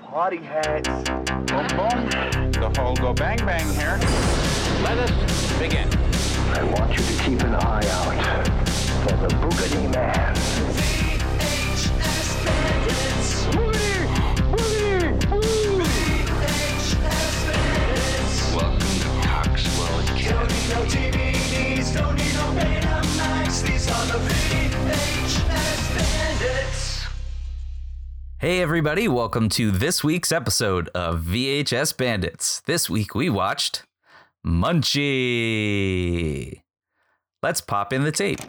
party hats. Boom, boom. The whole go bang bang here. Let us begin. I want you to keep an eye out for the Boogity Man. Welcome to Coxwell and Kelly. Hey, everybody, welcome to this week's episode of VHS Bandits. This week we watched Munchie. Let's pop in the tape.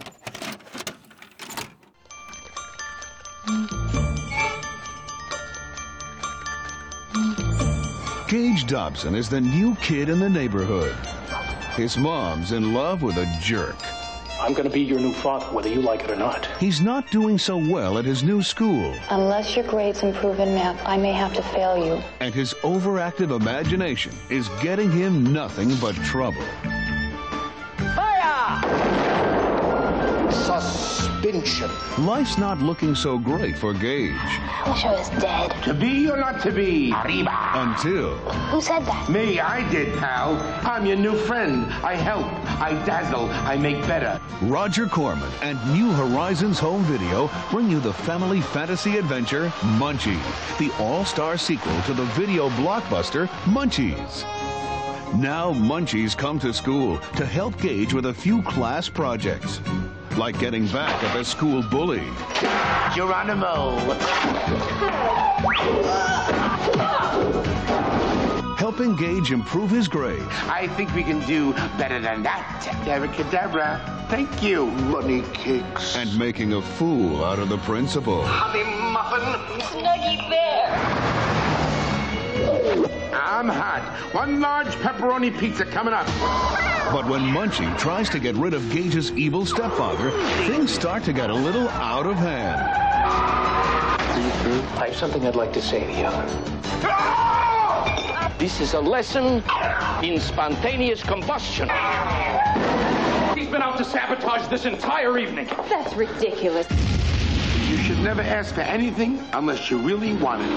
Gage Dobson is the new kid in the neighborhood. His mom's in love with a jerk. I'm going to be your new father, whether you like it or not. He's not doing so well at his new school, Unless your grades improve in math, I may have to fail you. and his overactive imagination is getting him nothing but trouble. Suspension. Life's not looking so great for Gage Wish I was dead. To be or not to be? Arriba. until Who said that? Me, I did, pal. I'm your new friend. I help. I dazzle. I make better. Roger Corman and New Horizons Home Video bring you the family fantasy adventure Munchie, the all-star sequel to the video blockbuster Munchies. Now Munchies come to school to help Gage with a few class projects, like getting back at their school bully Geronimo. helping Gage improve his grades, I think we can do better than that. Abracadabra. Thank you, money kicks. and making a fool out of the principal. I'm hot. One large pepperoni pizza coming up. But when Munchie tries to get rid of Gage's evil stepfather, things start to get a little out of hand. I have something I'd like to say to you. This is a lesson in spontaneous combustion. He's been out to sabotage this entire evening. That's ridiculous. You should never ask for anything unless you really want it.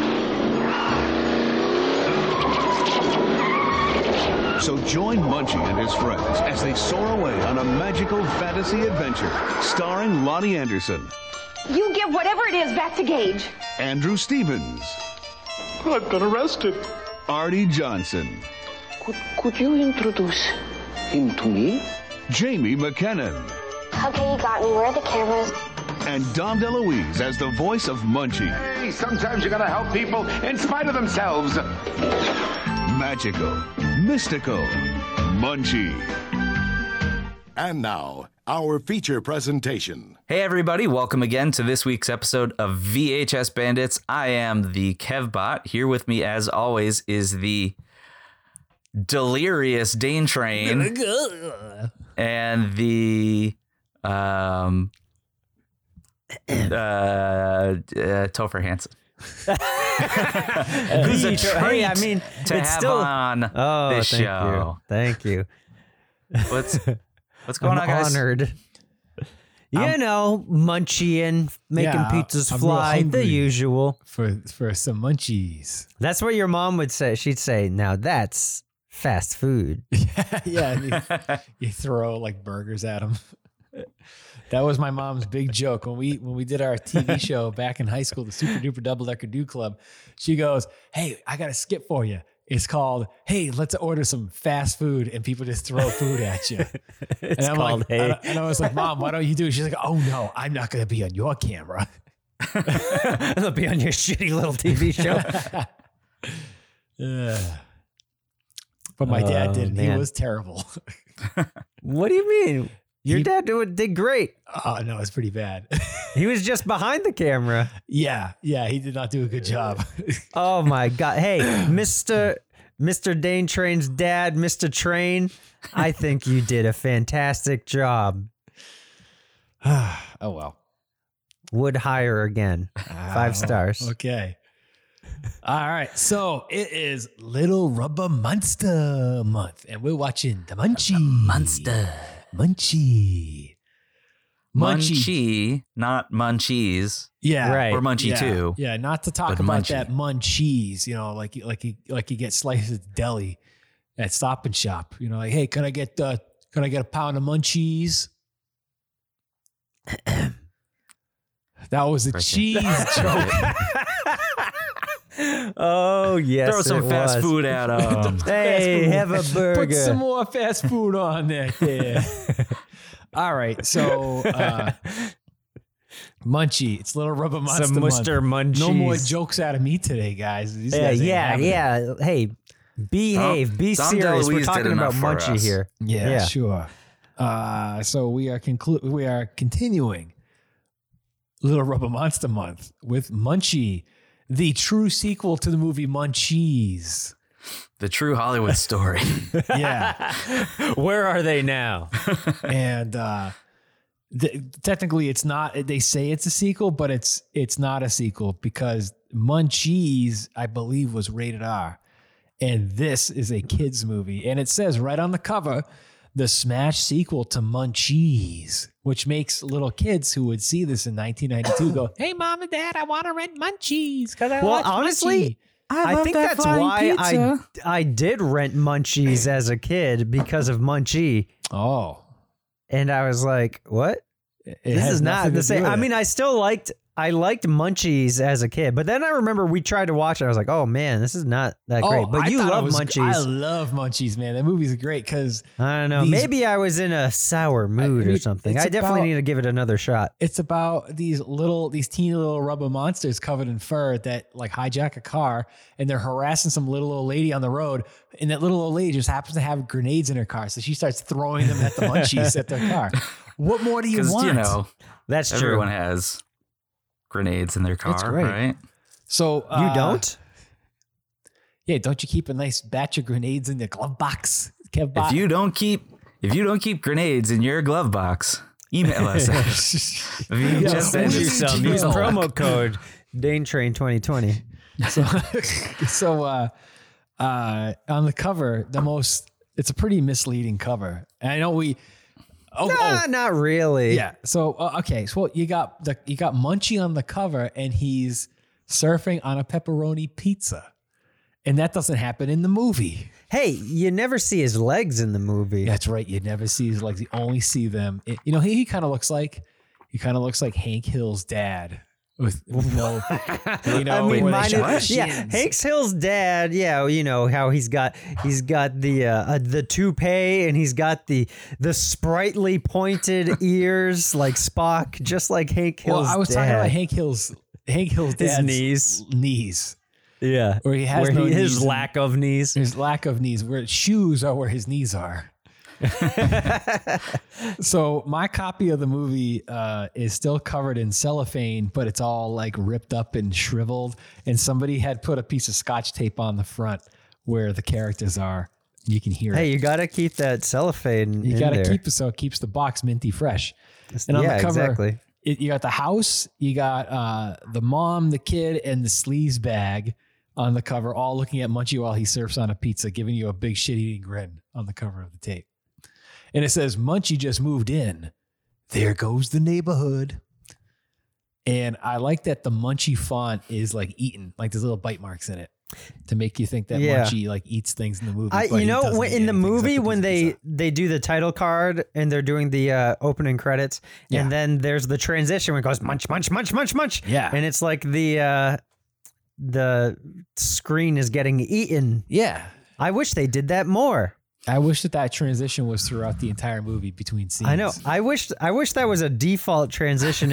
So join Munchie and his friends as they soar away on a magical fantasy adventure starring Lonnie Anderson, You give whatever it is back to Gage. Andrew Stevens, I've been arrested. Artie Johnson, Could, could you introduce him to me? Jamie McKinnon, Okay, you got me. Where are the cameras? and Dom DeLuise as the voice of Munchie. Hey, sometimes you gotta help people in spite of themselves. Magical, mystical, Munchie. And now, our feature presentation. Hey, everybody, welcome again to this week's episode of VHS Bandits. I am the Kevbot. Here with me, as always, is the delirious Dane Train and the um, uh, uh, Topher Hansen. Who's a Hey, I treat mean, to it's have still- on Oh, this thank show. you. Thank you. What's what's going I'm on, guys? honored. You know, munching, making Yeah, pizzas I'm real fly, the hungry. usual. for for some munchies. That's what your mom would say. She'd say, "Now that's fast food." yeah, and you, you throw like burgers at them. that was my mom's big joke when we when we did our TV show back in high school, the Super Duper Double Decker Do Club. She goes, "Hey, I got a skit for you. It's called Hey, let's order some fast food," and people just throw food at you. It's and I'm called like, hey. and I, and I was like, "Mom, why don't you do?" it? She's like, "Oh no, I'm not going to be on your camera." It'll be on your shitty little TV show. Ugh. But my dad Oh, did, and he man. was terrible. what do you mean? Your He- dad did, did great. oh no, it's pretty bad. He was just behind the camera. Yeah, yeah, he did not do a good job. Oh my god! Hey, Mister Mister Dane Train's dad, Mister Train. I think you did a fantastic job. oh well. Would hire again. Five stars. Okay. All right. So it is Little Rubber Monster month, and we're watching the Munchie Monster Munchie Munchie. Munchie, not munchies. Yeah, Or munchie yeah. too. Yeah, not to talk But about munchie. that munchies. You know, like like you like you get slices at the deli at Stop and Shop. You know, like hey, can I get uh, can I get a pound of munchies? that was a cheese joke. Oh yes, Throw some it fast was. food at 'em. hey, have a Fast food. burger. Put some more fast food on that there. All right, so uh, Munchie, it's little rubber monster. Some month. Mr. Munchies. No more jokes out of me today, guys. These Yeah, guys ain't yeah, having it. yeah. Hey, behave. be Dom DeLuise serious. We're did talking enough about for Munchie us. here. Yeah, Yeah. sure. Uh, so we are conclu- we are continuing Little Rubber Monster Month with Munchie, the true sequel to the movie Munchies. The true Hollywood story. Yeah, Where are they now? and uh, th- technically, it's not. They say it's a sequel, but it's it's not a sequel because Munchies, I believe, was rated R, and this is a kids movie, and it says right on the cover. the smash sequel to Munchies, which makes little kids who would see this in 1992 go, "Hey, mom and dad, I want to rent Munchies because I Well, watch honestly, Munchie." I, think that's why I I did rent Munchies as a kid because of Munchie, Oh, and I was like, "What? it this has is not nothing the to do same." with I it. mean, I still liked I liked Munchies as a kid, but then I remember we tried to watch it. I was like, "Oh man, this is not that Oh, great." But I you thought it love was- Munchies. I love Munchies, man. That movie's great because I don't know. These- Maybe I was in a sour mood or mean, something. it's I definitely about- need to give it another shot. it's about these little, these teeny little rubber monsters covered in fur that like hijack a car and they're harassing some little old lady on the road. And that little old lady just happens to have grenades in her car. So she starts throwing them at the munchies at their car. What more do you Because, want? you know, That's true. everyone has grenades in their car, That's great. right? so you uh, don't? Yeah, don't you keep a nice batch of grenades in the glove box? Kev If Bot? you don't keep if you don't keep grenades in your glove box, email us. at send you VHS some. Use Use promo code DaneTrain 2020. So, so uh, uh, on the cover, the most it's a pretty misleading cover. And I know we. Oh, Nah, oh, not really. yeah. So uh, okay, so you got the you got Munchie on the cover, and he's surfing on a pepperoni pizza, and that doesn't happen in the movie. Hey, you never see his legs in the movie. That's right. You never see his legs. You only see them. It- you know, he, he kind of looks like he kind of looks like Hank Hill's dad with no. you know, I where mean, they mine show the is, yeah, shins. Hanks Hill's dad. Yeah, you know how he's got he's got the uh, uh, the toupee and he's got the the sprightly pointed ears like Spock, just like Hank Hill's Well, I was dad. talking about Hank Hill's Hank Hill's His dad's knees. knees, Yeah, where he has where no he, knees his and- lack of knees. his lack of knees, where shoes are where his knees are. so my copy of the movie uh, is still covered in cellophane, but it's all like ripped up and shriveled. And somebody had put a piece of scotch tape on the front where the characters are. You can hear Hey, it. you gotta keep that cellophane. You in gotta there. keep it so it keeps the box minty fresh. And on yeah, the cover, exactly. it, you got the house, you got uh, the mom, the kid, and the sleaze bag on the cover, all looking at Munchie while he surfs on a pizza, giving you a big shit eating grin on the cover of the tape. And it says, Munchie just moved in. There goes the neighborhood. And I like that the Munchie font is like eaten, like there's little bite marks in it to make you think that Yeah. Munchie like eats things in the movie. I, but you he know, doesn't when, eat in the anything except movie the when piece of they pizza. they do the title card and they're doing the uh, opening credits, Yeah. and then there's the transition when it goes munch, munch, munch, munch, munch, Yeah. and it's like the uh, the screen is getting eaten. Yeah. I wish they did that more. I wish that that transition was throughout the entire movie between scenes. I know. I wish. I wish that was a default transition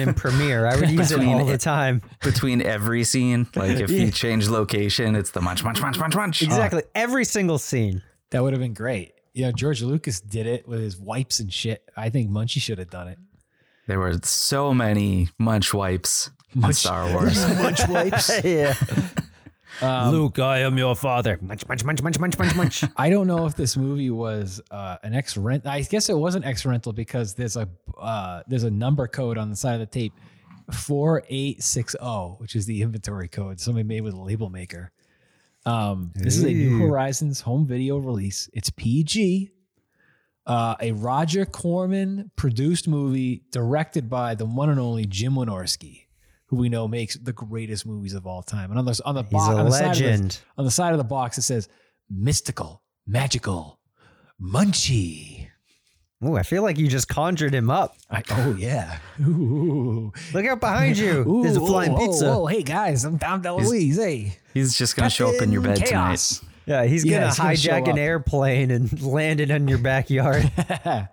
in Premiere. I would use it all the time. Between every scene, like if Yeah. you change location, it's the munch, munch, munch, munch, munch. Exactly. Every single scene. That would have been great. You know, George Lucas did it with his wipes and shit. I think Munchie should have done it. Oh, There were so many munch wipes in Star Wars. Munch wipes. yeah. Luke, I am your father. Munch, munch, munch, munch, munch, munch, munch. I don't know if this movie was uh, an X rent. I guess it was an X rental because there's a uh, there's a number code on the side of the tape, four eight six zero, which is the inventory code somebody made with a label maker. Um, this is a New Horizons home video release. It's PG. uh, a Roger Corman produced movie directed by the one and only Jim Wynorski, who we know makes the greatest movies of all time. And on the on the He's box, a on, the side of the- legend. on the side of the box, it says mystical, magical, munchy. Ooh, I feel like you just conjured him up. I, oh yeah. Ooh. Look out behind you. Ooh, There's a whoa, flying whoa, pizza. whoa, hey guys, I'm Tom DeLuise. Hey, He's just gonna show up in your bed Captain tonight. Chaos. Yeah, he's Yeah, gonna he's gonna show hijack an up. airplane and land it on your backyard.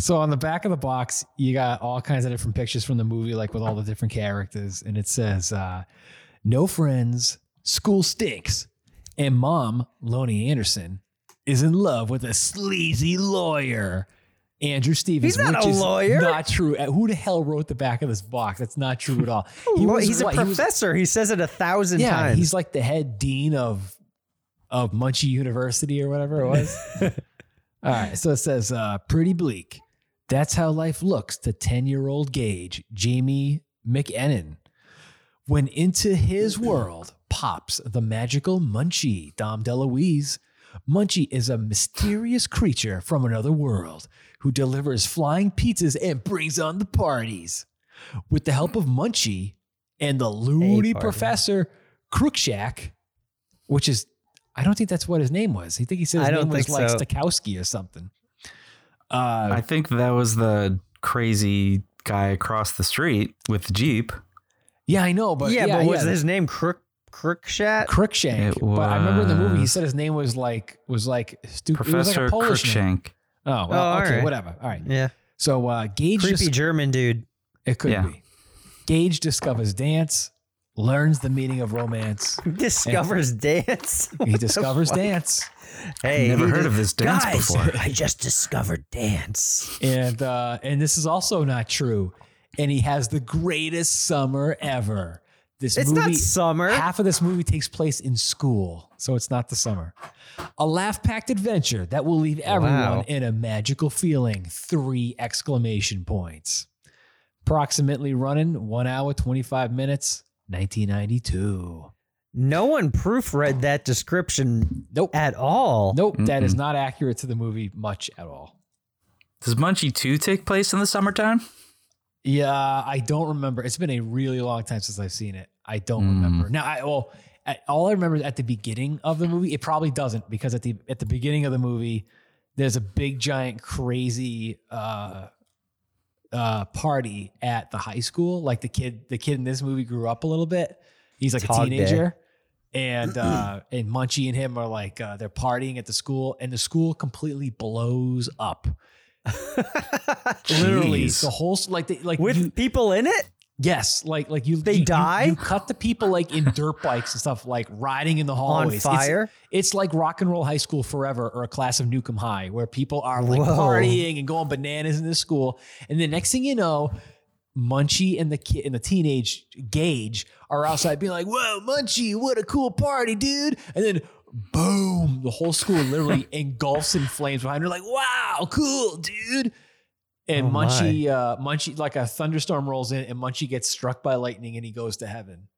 So on the back of the box, you got all kinds of different pictures from the movie, like with all the different characters, and it says, uh, "No friends, school stinks, and mom, Lonnie Anderson, is in love with a sleazy lawyer, Andrew Stevens." He's not which a is lawyer. Not true. Uh, Who the hell wrote the back of this box? That's not true at all. Well, he's a what? He was- professor. He says it a thousand yeah, times. he's like the head dean of of Munchie University or whatever it was. All right, so it says uh, pretty bleak. That's how life looks to ten year old Gage Jamie McEnon. When into his world pops the magical Munchie Dom DeLuise. Munchie is a mysterious creature from another world who delivers flying pizzas and brings on the parties. With the help of Munchie and the loony party. professor Crookshack, which is I don't think that's what his name was. I think he said his I don't name was think like so. Stakowski or something. Uh, I think that was the crazy guy across the street with the jeep. yeah, I know, but yeah, yeah, but was yeah. his name Crook Crookshat? Crookshank? It But I remember in the movie he was- said his name was like was like stupid. It was like Professor a Polish name. Crookshank. Oh, Oh, well, all okay, right. whatever. All right. yeah, So uh, Gage creepy dis- German dude. It could Yeah. be. Gage discovers dance, learns the meaning of romance. Discovers dance. He discovers dance, Hey, Never he heard did- of this dance Guys, before. I just discovered dance. and uh, and this is also not true. And he has the greatest summer ever. This It's movie, not summer. Half of this movie takes place in school, so it's not the summer. A laugh-packed adventure that will leave everyone Wow. in a magical feeling. Three exclamation points. Approximately running one hour, 25 minutes, 1992. No one proofread that description Nope. at all. Nope, that is not accurate to the movie much at all. Does Munchie 2 take place in the summertime? Yeah, I don't remember. It's been a really long time since I've seen it. I don't Hmm. Mm. remember. Now, I well, at, all I remember is at the beginning of the movie, it probably doesn't because at the at the beginning of the movie, there's a big giant crazy uh uh party at the high school. Like the kid the kid in this movie grew up a little bit. He's like It's a Hog Day. teenager. and uh and Munchie and him are like uh they're partying at the school and the school completely blows up. Literally Jeez. the whole s- like they, like With you- people in it? yes, like like you They you- you- die? You, cut the people like in dirt bikes and stuff like riding in the hallways It's- fire? It's, like rock and roll high school forever or a class of Newcomb High where people are like Whoa. partying and going bananas in this school and the next thing you know Munchie and the kid and the teenage Gage are outside being like, "Whoa, Munchie, what a cool party, dude!" And then, boom, the whole school literally engulfs in flames behind her. Like, "Wow, cool, dude!" And Oh, my. Munchie, uh, Munchie, like a thunderstorm rolls in, and Munchie gets struck by lightning, and he goes to heaven.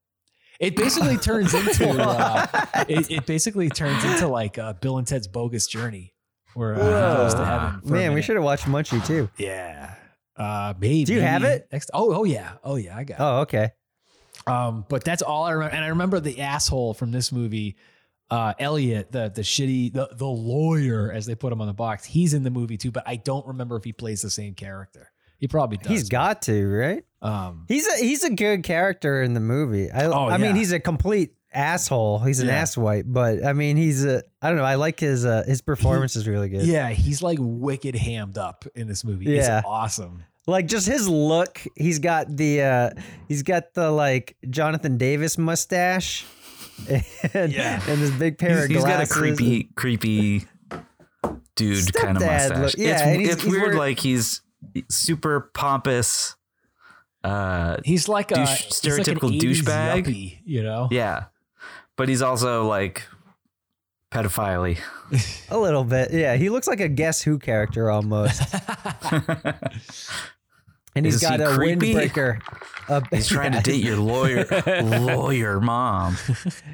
It basically turns into uh, it, it basically turns into like uh, Bill and Ted's Bogus Journey, where uh, he goes to heaven. for a Man, we minute. should have watched Munchie too. Yeah. Uh, maybe. Do you have it? Next, oh, oh yeah, oh yeah, I got. it. Oh, okay. Um, but that's all I remember. And I remember the asshole from this movie, uh, Elliot, the the shitty the the lawyer, as they put him on the box. He's in the movie too, but I don't remember if he plays the same character. He probably does. He's got to, right? Um, He's a he's a good character in the movie. I Oh, I mean, yeah. he's a complete asshole. He's an Yeah. asswipe, but I mean, he's a I don't know. I like his uh, his performance is really good. yeah, he's like wicked hammed up in this movie. Yeah. It's awesome. Like just his look. He's got the uh he's got the like Jonathan Davis mustache. And, Yeah. and this big He's- pair of he's got a glasses. creepy, creepy dude kind of Stepdad mustache. look. Yeah, it's and he's- it's he's weird. wearing- Like he's super pompous. Uh, He's like a Douche- he's like an stereotypical 80s douchebag. yuppie, you know? yeah, but he's also like pedophile A little bit. Yeah, he looks like a guess who character almost. And he's Is got he a creepy? windbreaker. A- He's trying to date your lawyer, lawyer mom.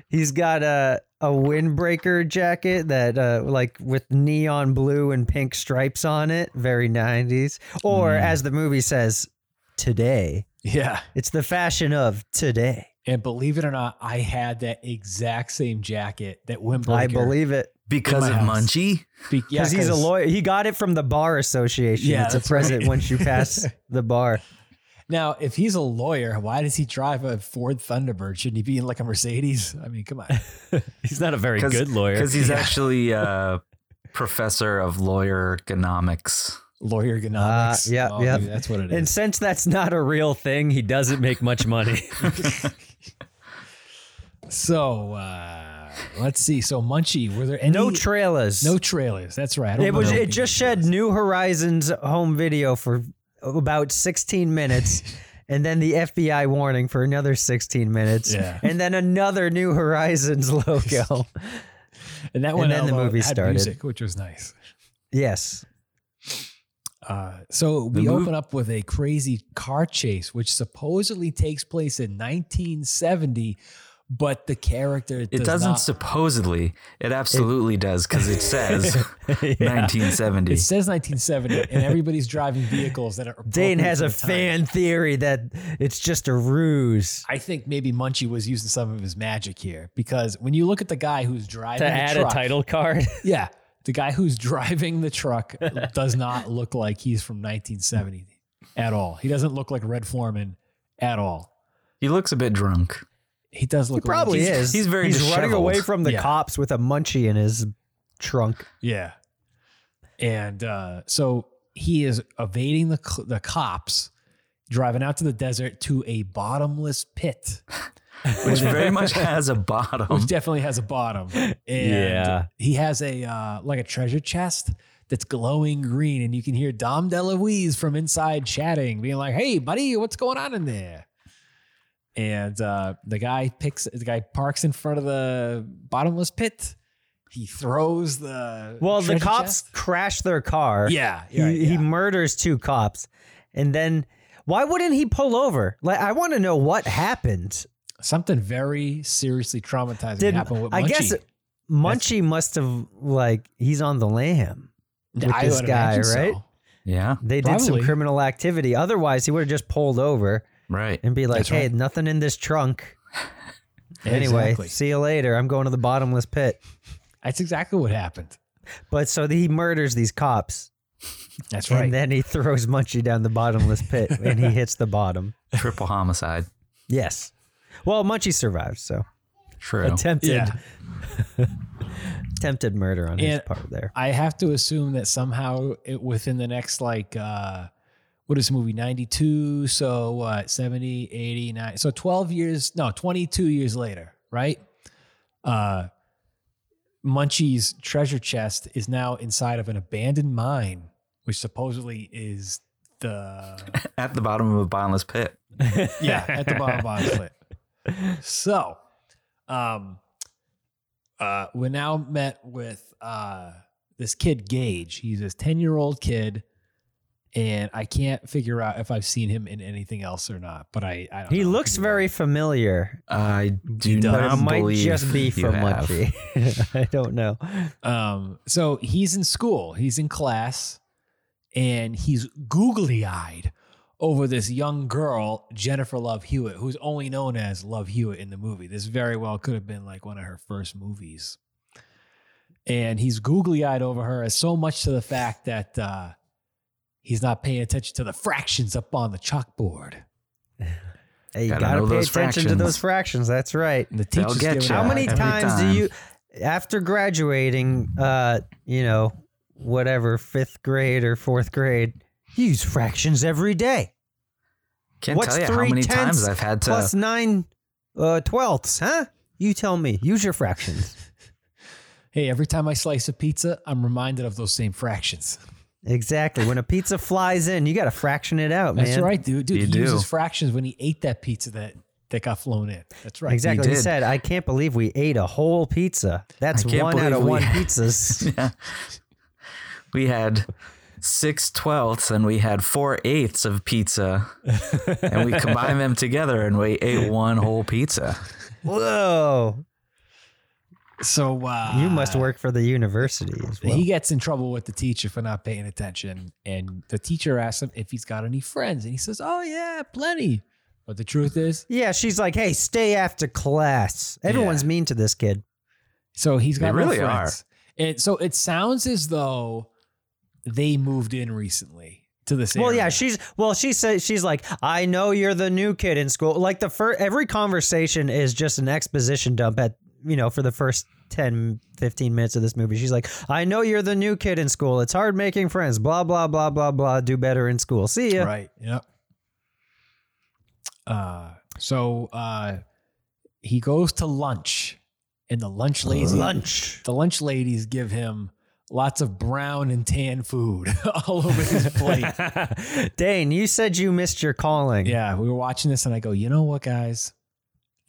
He's got a a windbreaker jacket that uh, like with neon blue and pink stripes on it, very 90s. Or as the movie says, today. Yeah. It's the fashion of today. And believe it or not, I had that exact same jacket that windbreaker. I believe it. Because In of my house. Munchie? Be- yeah, Because he's a lawyer. He got it from the bar association. Yeah, it's a that's present right. once you pass the bar. Now, if he's a lawyer, why does he drive a Ford Thunderbird? Shouldn't he be in like a Mercedes? I mean, come on. He's not a very Cause- good lawyer. Because he's actually a professor of lawyer economics. lawyer Uh, economics. yeah, Oh, yeah. dude, that's what it is. And since that's not a real thing, he doesn't make much money. so uh, let's see. So Munchie, were there any no trailers. no trailers? That's right. I don't It was. remember It just shed New Horizons home video for about 16 minutes, and then the FBI warning for another 16 minutes, Yeah. and then another New Horizons logo. being- and that and one. then the although, movie had started. music, which was nice. yes, Uh, so The we mov- open up with a crazy car chase, which supposedly takes place in 1970, but the character It does does not not- supposedly. It absolutely does because it says 1970. It says 1970, and everybody's driving vehicles that are. Dane appropriate has for a the time. fan theory that it's just a ruse. I think maybe Munchie was using some of his magic here because when you look at the guy who's driving to the add truck, a title card. yeah, the guy who's driving the truck does not look like he's from 1970 at all. He doesn't look like Red Foreman at all. he looks a bit drunk. He does look. He probably like, is. he's very He's running disheveled. away from the Yeah. cops with a munchie in his trunk. Yeah. And uh, so he is evading the c- the cops, driving out to the desert to a bottomless pit, Which very much has a bottom. Hmm? which definitely has a bottom. And Yeah. he has a uh, like a treasure chest that's glowing green, and you can hear Dom DeLuise from inside chatting, being like, "Hey, buddy, what's going on in there?" And uh, the guy picks the guy parks in front of the bottomless pit. He throws the Well, the treasure cops chest. crash their car. Yeah, He, right, he yeah. murders two cops. And then why wouldn't he pull over? Like I want to know what happened. something very seriously traumatizing Did happened with Munchie. I guess Munchie must have like he's on the lam. with I this would guy, imagine right? so. yeah, They did some Probably. criminal activity. Otherwise, he would have just pulled over right. and be like, That's "Hey, right. nothing in this trunk." Anyway, Exactly. see you later. I'm going to the bottomless pit. That's exactly what happened. But so he murders these cops, That's and then he throws Munchie down the bottomless pit, and he hits the bottom. Triple homicide. Yes. Well, Munchie survives, so True. attempted Yeah. attempted murder on his And- part there. I have to assume that somehow it, within the next like uh what is the movie 92 so what 70 89 so 12 years no 22 years later right uh munchie's treasure chest is now inside of an abandoned mine which supposedly is the At the bottom of a bottomless pit. yeah, at the bottom bottom slit. So, um, uh, we're now met with uh this kid Gage. He's this ten year old kid, and I can't figure out if I've seen him in anything else or not. But I, I don't He know. looks Could be very wrong. familiar, I do but not it might believe just be you from have. Munchie. I don't know. Um, so he's in school. He's in class, and he's googly eyed. Over this young girl, Jennifer Love Hewitt, who's only known as Love Hewitt in the movie. This very well could have been like one of her first movies. and he's googly eyed over her as so much to the fact that uh, he's not paying attention to the fractions up on the chalkboard. Hey, you Gotta gotta, know pay those attention to those fractions. fractions. That's right. And the They'll teacher's get giving you. How him- many every times time. do you, after graduating, uh, you know, whatever fifth grade or fourth grade, you use fractions every day? Can't tell What's you how three many tenths times I've had to. plus nine uh, twelfths, huh? You tell me. Use your fractions. Hey, every time I slice a pizza, I'm reminded of those same fractions. exactly. When a pizza flies in, you got to fraction it out, man. That's right, dude. Dude, You he do. uses fractions when he ate that pizza that that got flown in. That's right. Exactly. He, did. said, "I can't believe we ate a whole pizza. That's I can't one out believe of we- one pizzas." Yeah. We had six twelfths and we had four eighths of pizza, and we combined them together and we ate one whole pizza. Whoa. So uh, you must Ah. work for the university as well. He gets in trouble with the teacher for not paying attention, and the teacher asks him if he's got any friends, and he says, "Oh yeah, plenty." But the truth is, yeah, she's like, "Hey, stay after class. Everyone's mean to this kid." So he's They got no really friends. And so it sounds as though they moved in recently to this Well, area. yeah, she's well, she says she's like, I know you're the new kid in school. Like the first, every conversation is just an exposition dump at you know for the first 10, 15 minutes of this movie. She's like, I know you're the new kid in school. It's hard making friends. Blah blah blah blah blah. Do better in school. See ya. Right. Yep. Uh, so uh, he goes to lunch, and the lunch ladies Lunch. The lunch ladies give him lots of brown and tan food all over his plate. Dane, you said you missed your calling. yeah, we were watching this, and I go, you know what, guys?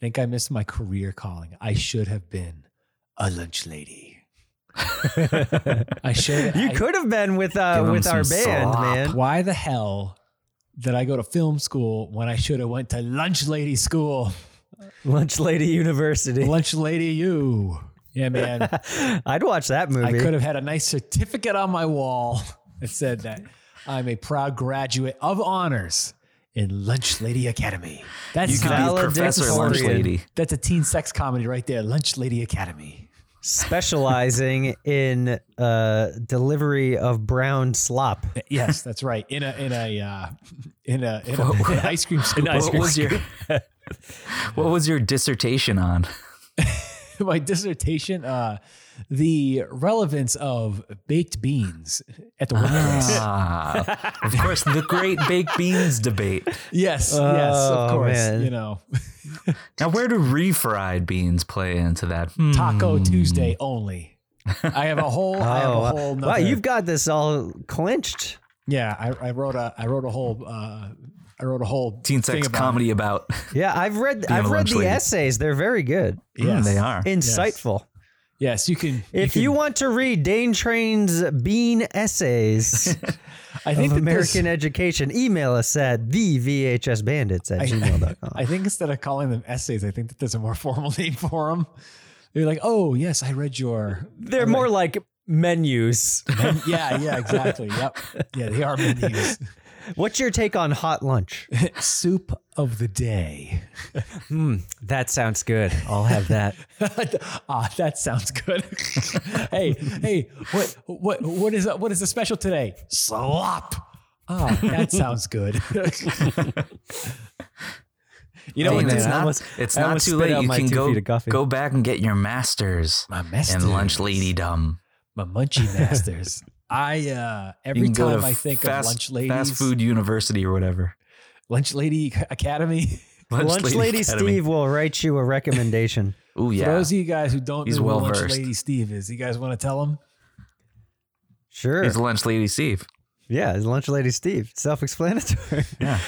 I think I missed my career calling. I should have been a lunch lady. I should. You I- could have been with uh Give 'em with our some band, slop. man. Why the hell did I go to film school when I should have went to lunch lady school? Lunch Lady University. Lunch lady, you. Yeah, man. I'd watch that I movie. could have had a nice certificate on my wall that said that I'm a proud graduate of honors in Lunch Lady Academy. That's You could be Professor Lunch valedictorian. Lady. That's a teen sex comedy right there. Lunch Lady Academy. specializing in uh, delivery of brown slop. Yes, that's right. In a in a uh, in a in, a, in an ice cream scoop. An ice What cream was your What was your dissertation on? my dissertation uh the relevance of baked beans at the workplace. Ah, of course, the Great Baked Beans debate. yes, yes, of Oh, course. man. You know, Now, where do refried beans play into that? Hmm. Taco Tuesday only. I have a whole I have a whole Oh, wow, nother, you've got this all clinched. Yeah, I, I wrote a I wrote a whole uh I wrote a whole Teen thing sex about comedy about. Yeah, I've read a I've read lunch the lady. essays. They're very good, It. Yes. Hmm, they are. insightful. Yes, you can If can- you want to read Dane Train's Bean Essays I of think that this- American Education, email us at the VHS Bandits at I- gmail.com. I think instead of calling them essays, I think that there's a more formal name for them. They're like, oh yes, I read your They're more like menus. yeah, yeah, exactly. Yep. Yeah, they are menus. What's your take on hot lunch? Soup of the day. That sounds good. I'll have that. ah, that sounds good. hey, hey, what what what is what is the special today? Slop. Ah, that sounds good. You know what, it's dude? I not, almost- it's I not almost too spit late. out You my can two go, feet of coffee. go back and get your masters My and lunch lady dumb. My munchie masters. I uh You every can go time to I think fast, of lunch ladies, fast food university or whatever. lunch lady academy. Lunch Lady, Academy. Steve will write you a recommendation. Ooh yeah. For those of you guys who don't He's know who lunch well-versed. lady Steve is, you guys want to tell him? Sure. He's lunch lady Steve. Yeah, it's Lunch Lady Steve. Self-explanatory. Yeah.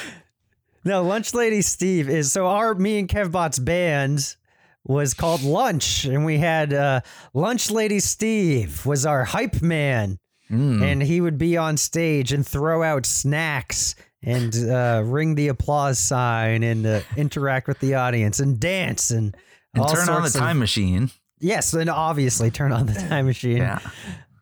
no, Lunch Lady Steve is so our me and Kevbot's band was called Lunch, and we had uh, Lunch Lady Steve was our hype man, Hmm. and he would be on stage and throw out snacks and uh, ring the applause sign and uh, interact with the audience and dance and. And all turn on the sorts of- time machine. Yes, and obviously turn on the time machine. Yeah.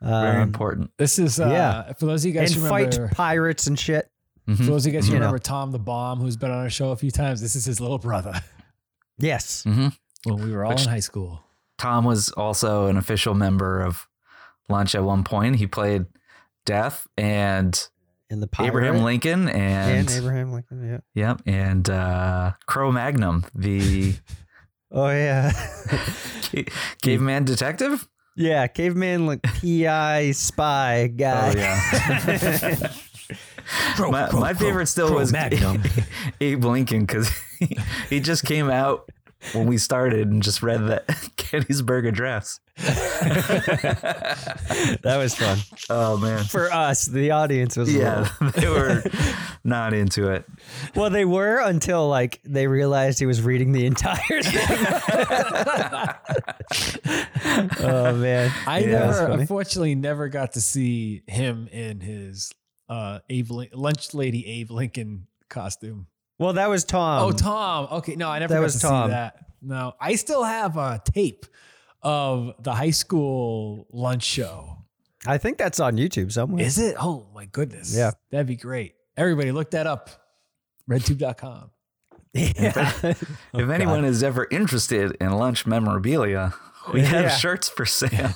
Um, Very important. This is uh, Yeah. for those of you guys And who fight remember pirates and shit. Mm-hmm. For those of you guys who You know. remember Tom the Bomb, who's been on our show a few times, this is his little brother Yes. Hmm. when we were all in high school. Mm-hmm. Tom was also an official member of Lunch at one point. He played Death and And the pirate. Abraham Lincoln and, and Abraham Lincoln. Yeah. yep and uh, Crow Magnum, the Oh yeah, ca- caveman detective. yeah. Caveman like PI spy Oh, guy. yeah. my, my favorite still was Abe Lincoln because he, he just came out when we started and just read that Gettysburg Address. that was fun Oh man, for us. The audience was yeah. yeah, they were not into it. well, they were until like they realized he was reading the entire thing. oh man, I Yeah, that's never, funny. unfortunately, never got to see him in his uh, Abe Lin- lunch lady Abe Lincoln costume. Well, that was Tom. oh, Tom. Okay, no, I never Um, that got was to Tom. see that. No, I still have a tape of the high school lunch show. I think that's on YouTube somewhere. Is it? Oh my goodness. Yeah. that'd be great. Everybody, look that up. RedTube.com. if anyone is ever interested in lunch memorabilia, we have Yeah. shirts for sale.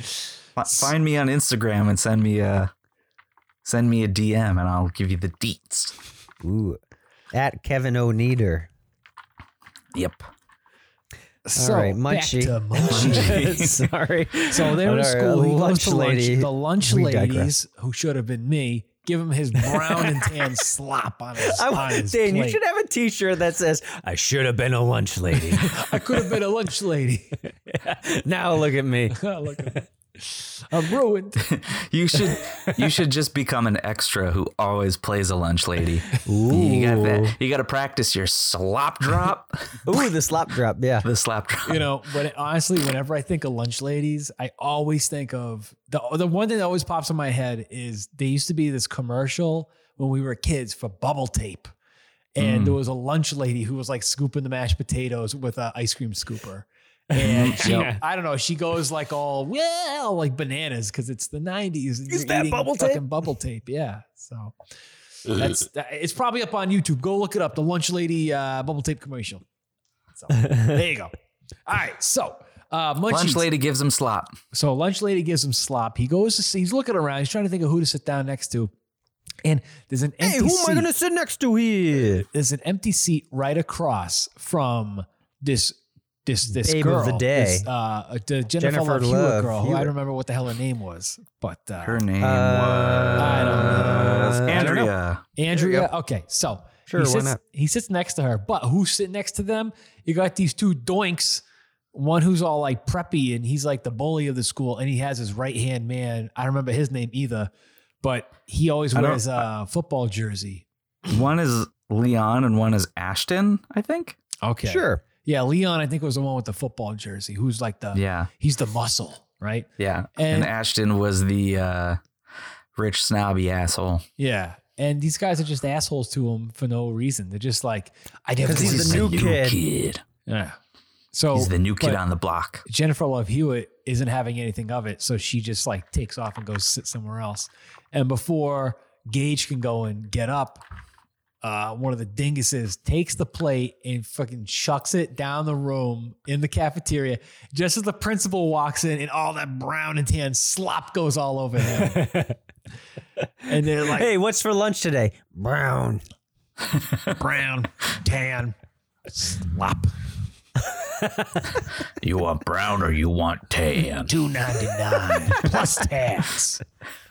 Fi- Find me on Instagram and send me a send me a DM, and I'll give you the deets. Ooh, at Kevin O'Needer. Yep. So, All right, Munchie. Munchie. Sorry. So they're All in right, school. He lunch lunch goes to lady. lady. lunch. The lunch We ladies, digress. who should have been me, give him his brown and tan slop on his, I, on his Dan, you plate. should have a T-shirt that says "I should have been a lunch lady." I could have been a lunch lady. now look at me. Look, I'm ruined. You should you should just become an extra who always plays a lunch lady. You got that. You got to practice your slop drop, Ooh, the slop drop. Yeah. the slop drop. You know, but honestly, whenever I think of lunch ladies, I always think of the the one thing that always pops in my head is there used to be this commercial when we were kids for bubble tape. And Mm. there was a lunch lady who was like scooping the mashed potatoes with an ice cream scooper. And she, Yep. I don't know, she goes like all well, like bananas because it's the '90s. And Is you're that eating bubble fucking tape? Bubble tape, yeah. So that's that- it's probably up on YouTube. Go look it up. The lunch lady uh, bubble tape commercial. So there you go. All right. So uh, Munchies. Lunch lady gives him slop. So lunch lady gives him slop. He goes to see. He's looking around. He's trying to think of who to sit down next to. And there's an empty Hey, who am I seat. gonna sit next to here? There's an empty seat right across from this this this Babe girl of the day. This, uh, the Jennifer, Jennifer Love, Hewitt Love girl. Who I Hewitt. don't remember what the hell her name was, but uh, Her name Uh, I don't know. was I don't know. Andrea. Andrea. Okay, so Sure, he why sits, not? He sits next to her, but who's sitting next to them? You got these two doinks. One who's all like preppy and he's like the bully of the school, and he has his right hand man. I don't remember his name either, but he always I don't- wears a football jersey. One is Leon and one is Ashton. I think. Okay, Sure. yeah. Leon, I think was the one with the football jersey, who's like the Yeah. he's the muscle, right? Yeah. And- And, Ashton was the uh, rich snobby asshole. Yeah. And these guys are just assholes to him for no reason. They're just like, I never 'Cause he's wanted the to see new you. kid. Oh, Yeah. So He's the new kid but- on the block. Jennifer Love Hewitt isn't having anything of it, so she just like takes off and goes sit somewhere else. And before Gage can go and get up, uh, one of the dinguses takes the plate and fucking chucks it down the room in the cafeteria. Just as the principal walks in, and all that brown and tan slop goes all over him. and they're like, hey, what's for lunch today? Brown. brown, tan, slop, You want brown or you want tan? two ninety nine plus tax.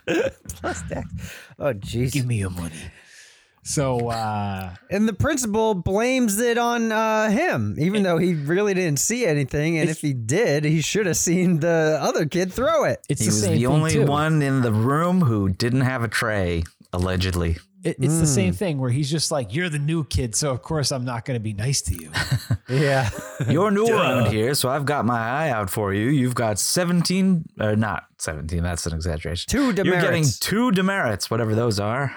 Plus tax. Oh jeez. Give me your money. So. uh And the principal blames it on uh, him, even though he really didn't see anything. And if he did, he should have seen the other kid throw it. It's he the was same the thing only too. one in the room who didn't have a tray, allegedly. It- it's the Hmm. same thing where he's just like, "You're the new kid, so of course I'm not going to be nice to you." Yeah. You're new around here, so I've got my eye out for you. You've got 17, or not 17, that's an exaggeration. Two You're getting demerits. two demerits, whatever those are.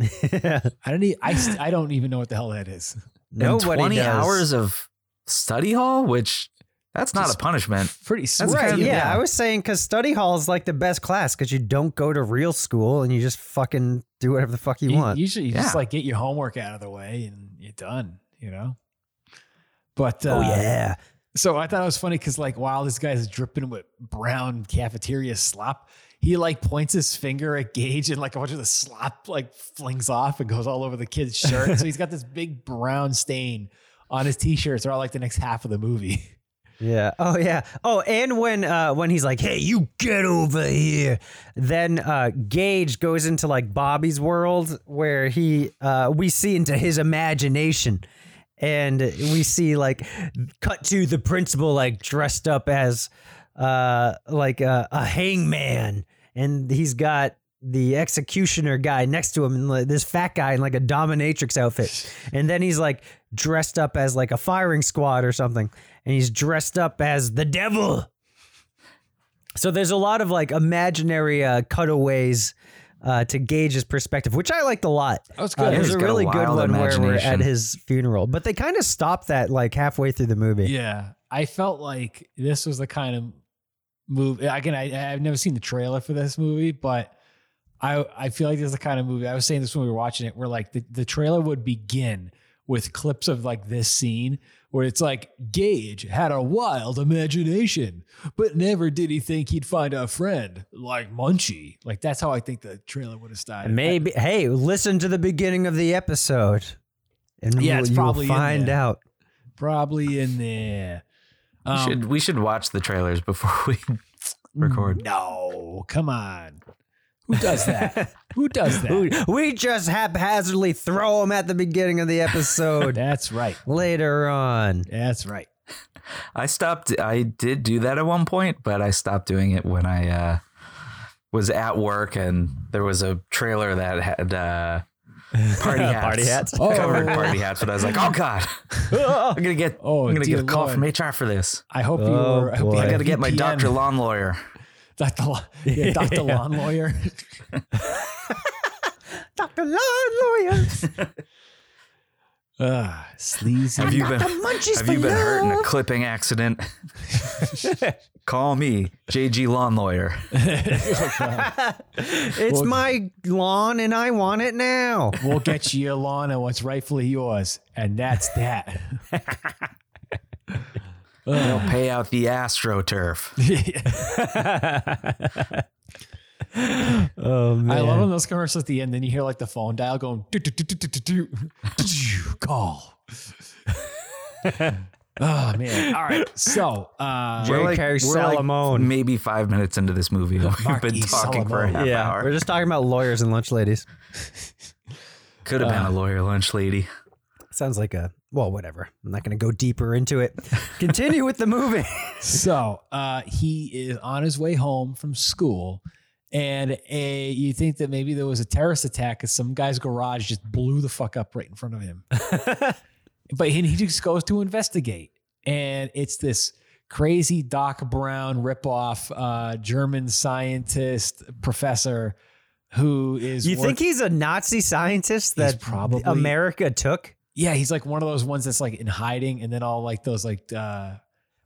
I don't. e- I st- I don't even know what the hell that is. Nobody and 20 does. hours of study hall, which that's not Just- a punishment. Pretty sweet. That's Right. kind of- Yeah. yeah. I was saying because study hall is like the best class because you don't go to real school and you just fucking do whatever the fuck you, You- want. Usually, you just Yeah. like get your homework out of the way and you're done. You know. But uh, oh, yeah. So I thought it was funny because like while this guy's dripping with brown cafeteria slop, he like points his finger at Gage and like a bunch of the slop like flings off and goes all over the kid's shirt. so he's got this big brown stain on his t-shirts throughout like the next half of the movie. Yeah. Oh yeah. Oh, and when uh when he's like, "Hey, you get over here," then uh Gage goes into like Bobby's world where he uh we see into his imagination. And we see like cut to the principal like dressed up as uh like a, a hangman uh, and he's got the executioner guy next to him, and like, this fat guy in like a dominatrix outfit, and then he's like dressed up as like a firing squad or something, and he's dressed up as the devil. So there's a lot of like imaginary uh, cutaways uh, to gauge his perspective, which I liked a lot. That was Uh, good. there's He's a got a really good wild one where we're at imagination. his funeral, but they kind of stopped that like halfway through the movie. Yeah, I felt like this was the kind of movie. Again, I, I've never seen the trailer for this movie, but I I feel like this is the kind of movie. I was saying this when we were watching it, where like the, the trailer would begin with clips of like this scene where it's like Gage had a wild imagination, but never did he think he'd find a friend like Munchie. Like that's how I think the trailer would have started. Maybe. Hey, listen to the beginning of the episode, and Yeah, we'll- it's you will probably in find there. out. Probably in there. we Um, should we should watch the trailers before we record. No, come on. Who does that? Who does that? We, we just haphazardly throw them at the beginning of the episode. That's right. Later on. That's right. I stopped. I did do that at one point, but I stopped doing it when I uh, was at work and there was a trailer that had uh, party hats, Party hats? covered Oh. party hats. But I was like, oh god, I'm gonna get. Oh, I'm gonna dear get a call Lord. from HR for this. I hope you Oh, were. I, hope you boy. had I gotta get my VPN. doctor lawn lawyer. Dr. Law, yeah, Dr. Yeah. Lawn Lawyer. Dr. Lawn Lawyer. Ah, sleazy. Have you been? got the munchies Have for you been hurt in a love. clipping accident? Call me, JG Lawn Lawyer. It's my lawn and I want it now. We'll get you your lawn and what's rightfully yours. And that's that. They'll pay out the AstroTurf. Oh man. I love when those commercials at the end, then you hear like the phone dial going do do do do do do do call. oh man. All right. So uh Jerry like- Carey we're like Salamone. maybe five minutes into this movie. and We've Mark been E. talking for a Salamone. half yeah, hour. we're just talking about lawyers and lunch ladies. Could have been a lawyer lunch lady. Sounds like a well, whatever. I'm not going to go deeper into it. Continue with the movie. so uh, he is on his way home from school and a, you think that maybe there was a terrorist attack because some guy's garage just blew the fuck up right in front of him but he, he just goes to investigate and it's this crazy doc brown ripoff uh, german scientist professor who is You work- think he's a Nazi scientist He's that probably- America took? yeah he's like one of those ones that's like in hiding and then all like those like uh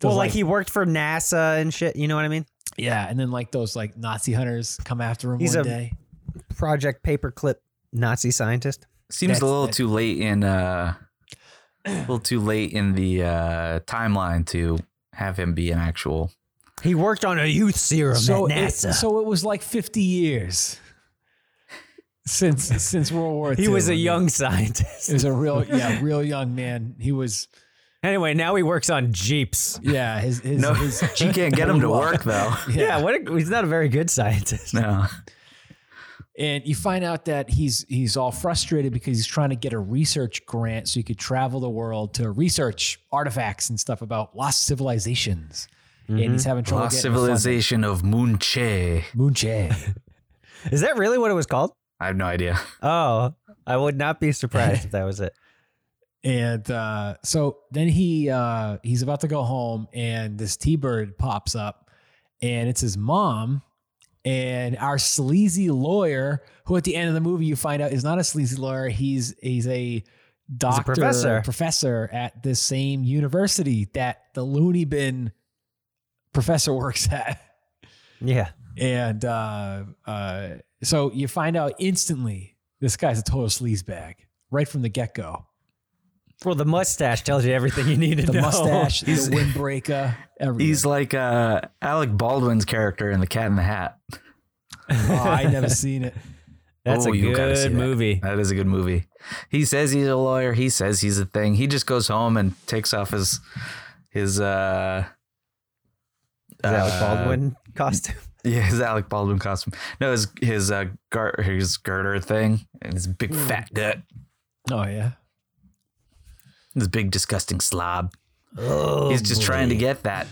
those, Well, like he worked for NASA and shit. You know what I mean? yeah and then like those like nazi hunters come after him He's one a- day Project Paperclip Nazi scientist. Seems That's a little it. too late in uh, a little too late in the uh, timeline to have him be an actual. He worked on a youth serum so at it, NASA. so it was like 50 years since since World War II. he was a I mean, young He scientist. was a real yeah, real young man. He was Anyway, now he works on Jeeps. yeah, his his, No, his she can't get him to work though. Yeah, what a, he's not a very good scientist. No, And you find out that he's he's all frustrated because he's trying to get a research grant so he could travel the world to research artifacts and stuff about lost civilizations. And Mm-hmm. he's having trouble lost getting the funding. civilization of Munche. Moonche. Is that really what it was called? I have no idea. Oh, I would not be surprised if that was it. And uh, so then he uh, he's about to go home, and this T bird pops up, and it's his mom, and our sleazy lawyer, who at the end of the movie you find out is not a sleazy lawyer. He's he's a doctor professor. professor at this same university that the loony bin professor works at. Yeah. And uh, uh, so you find out instantly this guy's a total sleazebag right from the get go Well, the mustache tells you everything you need to the know. mustache, the windbreaker, everything. He's like uh, Alec Baldwin's character in The Cat in the Hat. oh, I never seen it. That's Oh, a you gotta see good that. movie. That is a good movie. He says he's a lawyer. He says he's a thing. He just goes home and takes off his his uh Is that like uh, Baldwin costume? Yeah, his Alec Baldwin costume. No, his his uh gar- his girder thing and his big fat gut, Oh yeah. his big disgusting slob. he's just trying to get that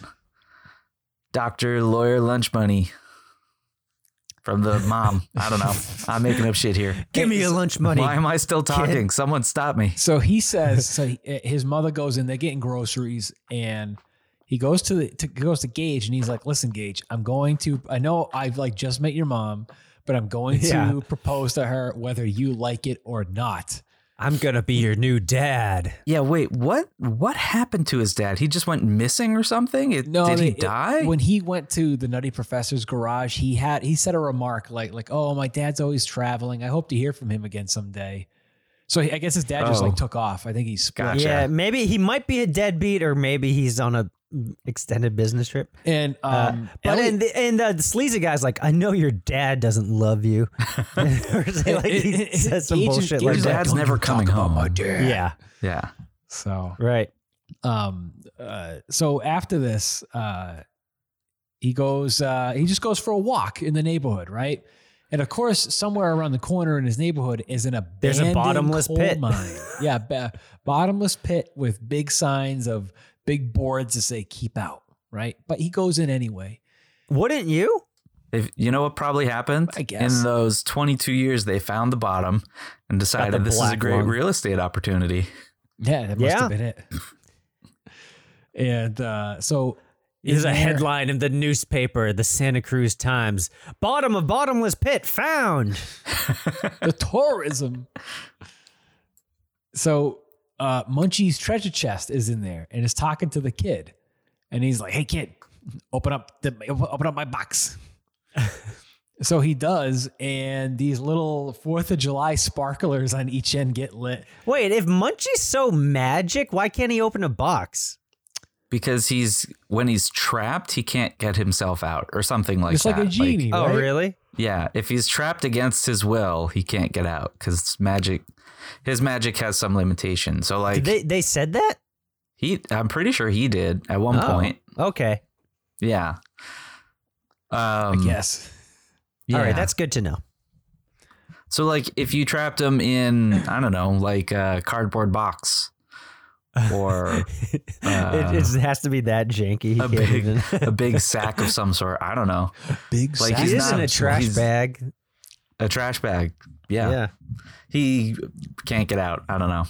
doctor lawyer lunch money. from the mom. I don't know. I'm making up shit here. Give me your lunch money. Why am I still kid. talking? Someone stop me. So he says, so he, eh, his mother goes in, they're getting groceries, and he goes to the to, goes to Gage, and he's like, "Listen, Gage, I'm going to. I know I've like just met your mom, but I'm going Yeah. to propose to her, whether you like it or not." I'm gonna be your new dad. Yeah, wait. What what happened to his dad? He just went missing or something? It, did he they- it- die? when he went to the Nutty Professor's garage, he had he said a remark like like Oh, my dad's always traveling. I hope to hear from him again someday." So he, I guess his dad just Oh. like took off. I think he split. Yeah, maybe he might be a deadbeat, or maybe he's on a extended business trip. And Uh, um, but Ellie- and the, and uh, the sleazy guy's like, I know your dad doesn't love you. Or something like he says some Gage is- bullshit Gage like is Your that. dad's "Don't never you talk coming about home." my dad. Yeah, yeah. So right. um uh so after this uh he goes uh he just goes for a walk in the neighborhood right and of course somewhere around the corner in his neighborhood is an abandoned There's a bottomless coal pit. mine yeah ba- bottomless pit with big signs of big boards that say keep out right but he goes in anyway Wouldn't you? If, you know what probably happened? I guess. In those 22 years, they found the bottom and decided this is a black great lung. real estate opportunity. yeah that must Yeah. have been it and uh so There's in a there- headline in the newspaper, the Santa Cruz Times. Bottom of bottomless pit found. the tourism. So uh, Munchie's treasure chest is in there and is talking to the kid, and he's like, "Hey kid, open up the open up my box." so he does, and these little Fourth of July sparklers on each end get lit. Wait, if Munchie's so magic, why can't he open a box? Because he's when he's trapped, he can't get himself out or something like It's that. like a genie. Oh, right? really? yeah, if he's trapped against his will, he can't get out because magic, his magic has some limitation. So like Did they they said that? he, I'm pretty sure he did at one Oh, point. Okay. Yeah. Um, Hmm. Yes. Yeah. All right, that's good to know. So like if you trapped him in I don't know like a cardboard box or uh, it, it has to be that janky. He a can't big even- a big sack of some sort I don't know Big Like, He he's is in not- a trash he's- bag. a trash bag yeah, yeah. he can't get out I don't know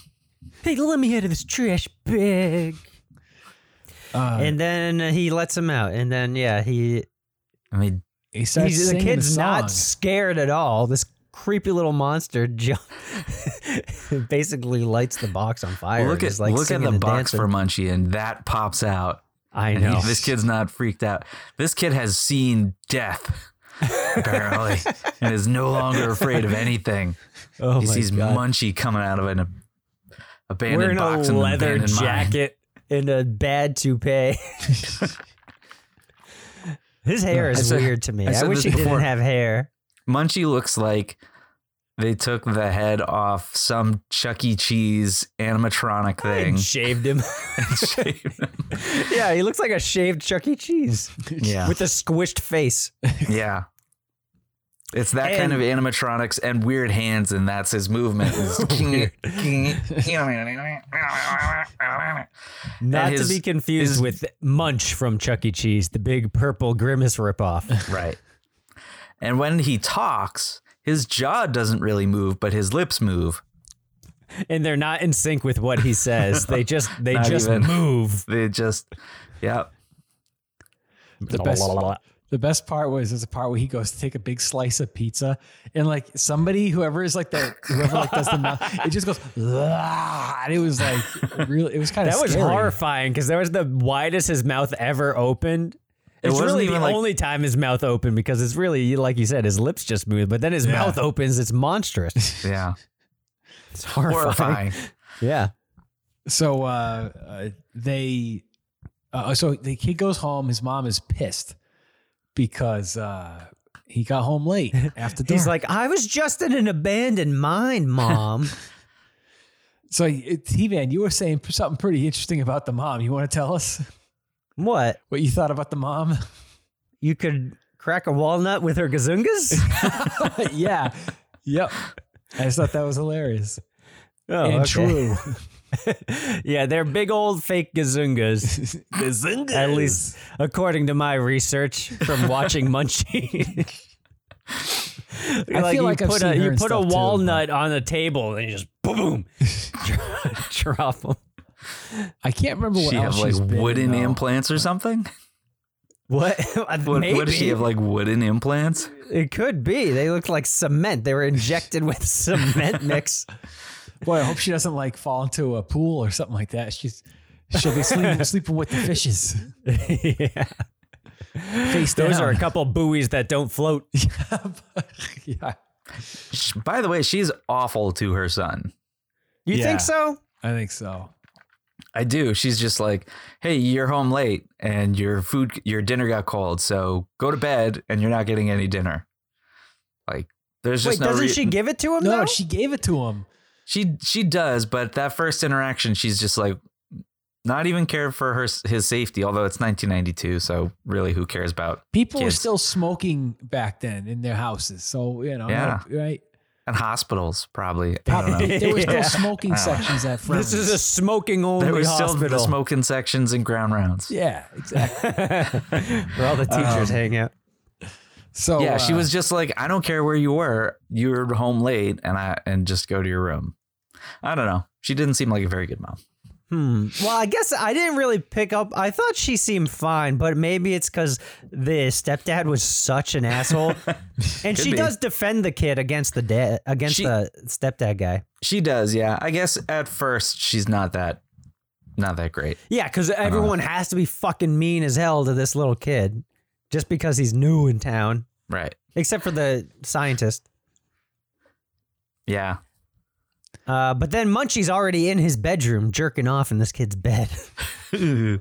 Hey, let me out of this trash bag. uh, and then he lets him out. And then yeah, he I mean he starts he's, the singing kid's song. not scared at all. This creepy little monster jump basically lights the box on fire. look and at is, like look at singing the and box dancing. for Munchie and that pops out I and know. he- this kid's not freaked out this kid has seen death apparently and is no longer afraid of anything oh he my sees God. Munchie coming out of an abandoned Wearing a box leather and abandoned mine. jacket. in a bad toupee. His hair I is said- weird to me. I I, said wish this he before. didn't have hair. Munchie looks like they took the head off some Chuck E. Cheese animatronic thing. And shaved him. and shaved him. Yeah, he looks like a shaved Chuck E. Cheese yeah, with a squished face. yeah. It's that kind of animatronics and weird hands, and that's his movement. Not his- to be confused his- with Munch from Chuck E. Cheese, the big purple grimace ripoff. right. And when he talks, his jaw doesn't really move, but his lips move. and they're not in sync with what he says. They just they Not just even. move. They just, yeah. The best- The best part was is the part where he goes to take a big slice of pizza and like somebody, whoever is like the whoever like does the mouth, it just goes "Ah," and it was like real. It was kind of That was horrifying because that was the widest his mouth ever opened. It It's wasn't really even the like- only time his mouth opened because it's really like you said, his lips just move, but then his mouth opens. It's monstrous. Yeah. It's Horrifying. horrifying. Yeah. So uh, uh, they, uh, so the kid goes home. His mom is pissed because uh, he got home late after dark. He's like, I was just in an abandoned mine, mom. so T Van, you were saying something pretty interesting about the mom. You want to tell us what? what you thought about the mom? You could crack a walnut with her gazungas? yeah. Yep. I just thought that was hilarious. Oh, and okay. true. yeah, they're big old fake gazungas. gazungas. At least according to my research from watching Munchie. I like feel you like I've put seen a- her you and put a stuff, too, but- walnut on a table and you just boom, drop them. I can't remember what she else have like she's been in, wooden though. implants or something? What? What, what does she have like wooden implants? It could be. They looked like cement. They were injected with cement mix. Boy, I hope she doesn't like fall into a pool or something like that. She's she'll be sleeping, sleeping with the fishes. yeah. Face Those down. are a couple buoys that don't float. yeah. Sh- By the way, she's awful to her son. You Yeah. think so? I think so. I do. She's just like, "Hey, you're home late, and your food, your dinner got cold, so go to bed, and you're not getting any dinner." Like, there's just Wait, no doesn't rea- she give it Oh, to him No, though? she gave it to him. She she does, but that first interaction, she's just like, not even care for her his safety. Although it's 1992, so really, who cares about People were kids still smoking back then in their houses, so you know, Yeah. right? and hospitals? Probably, I don't know. Probably. There were still Yeah. smoking I don't know. sections at Friendly's. This is a smoking only There was still the hospital smoking sections and ground rounds. yeah, exactly. where all the teachers Um, hang out. So yeah, she uh, was just like, I don't care where you were, you were home late, and I and just go to your room. I don't know. She didn't seem like a very good mom. Hmm. Well, I guess I didn't really pick up. I thought she seemed fine, but maybe it's because the stepdad was such an asshole, and she be. does defend the kid against the dad against She- the stepdad guy. She does, yeah. I guess at first she's not that, not that great. Yeah, because Uh-huh. everyone has to be fucking mean as hell to this little kid, just because he's new in town, Right? except for the scientist. Yeah. Uh, but then Munchie's already in his bedroom jerking off in this kid's bed, yeah.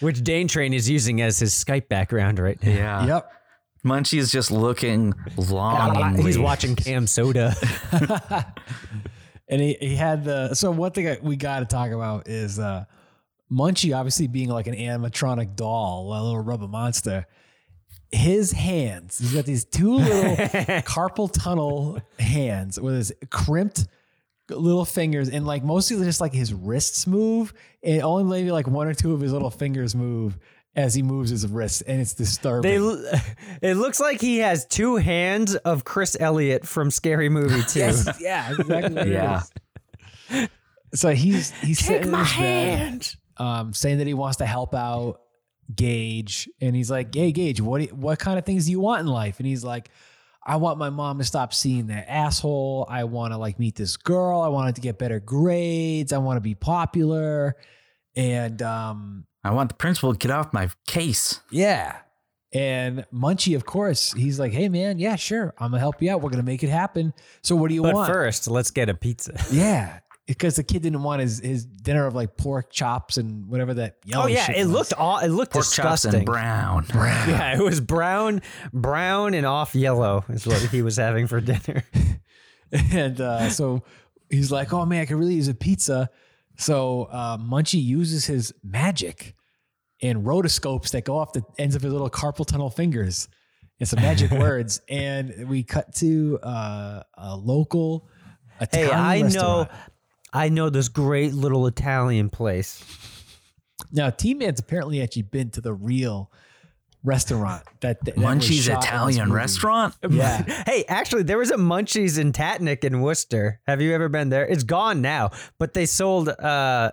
Which Dane Train is using as his Skype background right now. Yep. Munchie is just looking Uh, longingly. He's watching Cam Soda. and he, he had the so one thing I, we got to talk about is uh Munchie obviously being like an animatronic doll, a little rubber monster. His hands, he's got these two little carpal tunnel hands with his crimped little fingers and like mostly just like his wrists move and only maybe like one or two of his little fingers move as he moves his wrists and it's disturbing. They, l- it looks like he has two hands of Chris Elliott from Scary Movie Two. yeah, exactly. what it Yeah. is. So he's he's sitting in his hand, um, saying that he wants to help out Gage, and he's like, "Hey, Gage, what do you- what kind of things do you want in life?" And he's like, "I want my mom to stop seeing that asshole. I want to like meet this girl. I wanted to get better grades. I want to be popular." And um, I want the principal to get off my case. yeah. And Munchie, of course, he's like, "Hey, man, yeah, sure, I'm gonna help you out. We're gonna make it happen. So, what do you but want?" first, let's get a pizza. Yeah, because the kid didn't want his his dinner of like pork chops and whatever that yellow. Oh yeah, shit it was. looked all it looked Pork disgusting. chops and brown. Yeah, it was brown, brown and off yellow is what he was having for dinner. and uh, so he's like, "Oh man, I could really use a pizza." So uh, Munchie uses his magic and rotoscopes that go off the ends of his little carpal tunnel fingers and some magic words, and we cut to uh, a local. Hey, Italian I know, restaurant. I know this great little Italian place. Now, T Man's apparently actually been to the real restaurant that, that was Munchie's shot in this Italian movie. restaurant. Yeah. Hey, actually, there was a Munchies in Tatnick in Worcester. Have you ever been there? It's gone now, but they sold uh,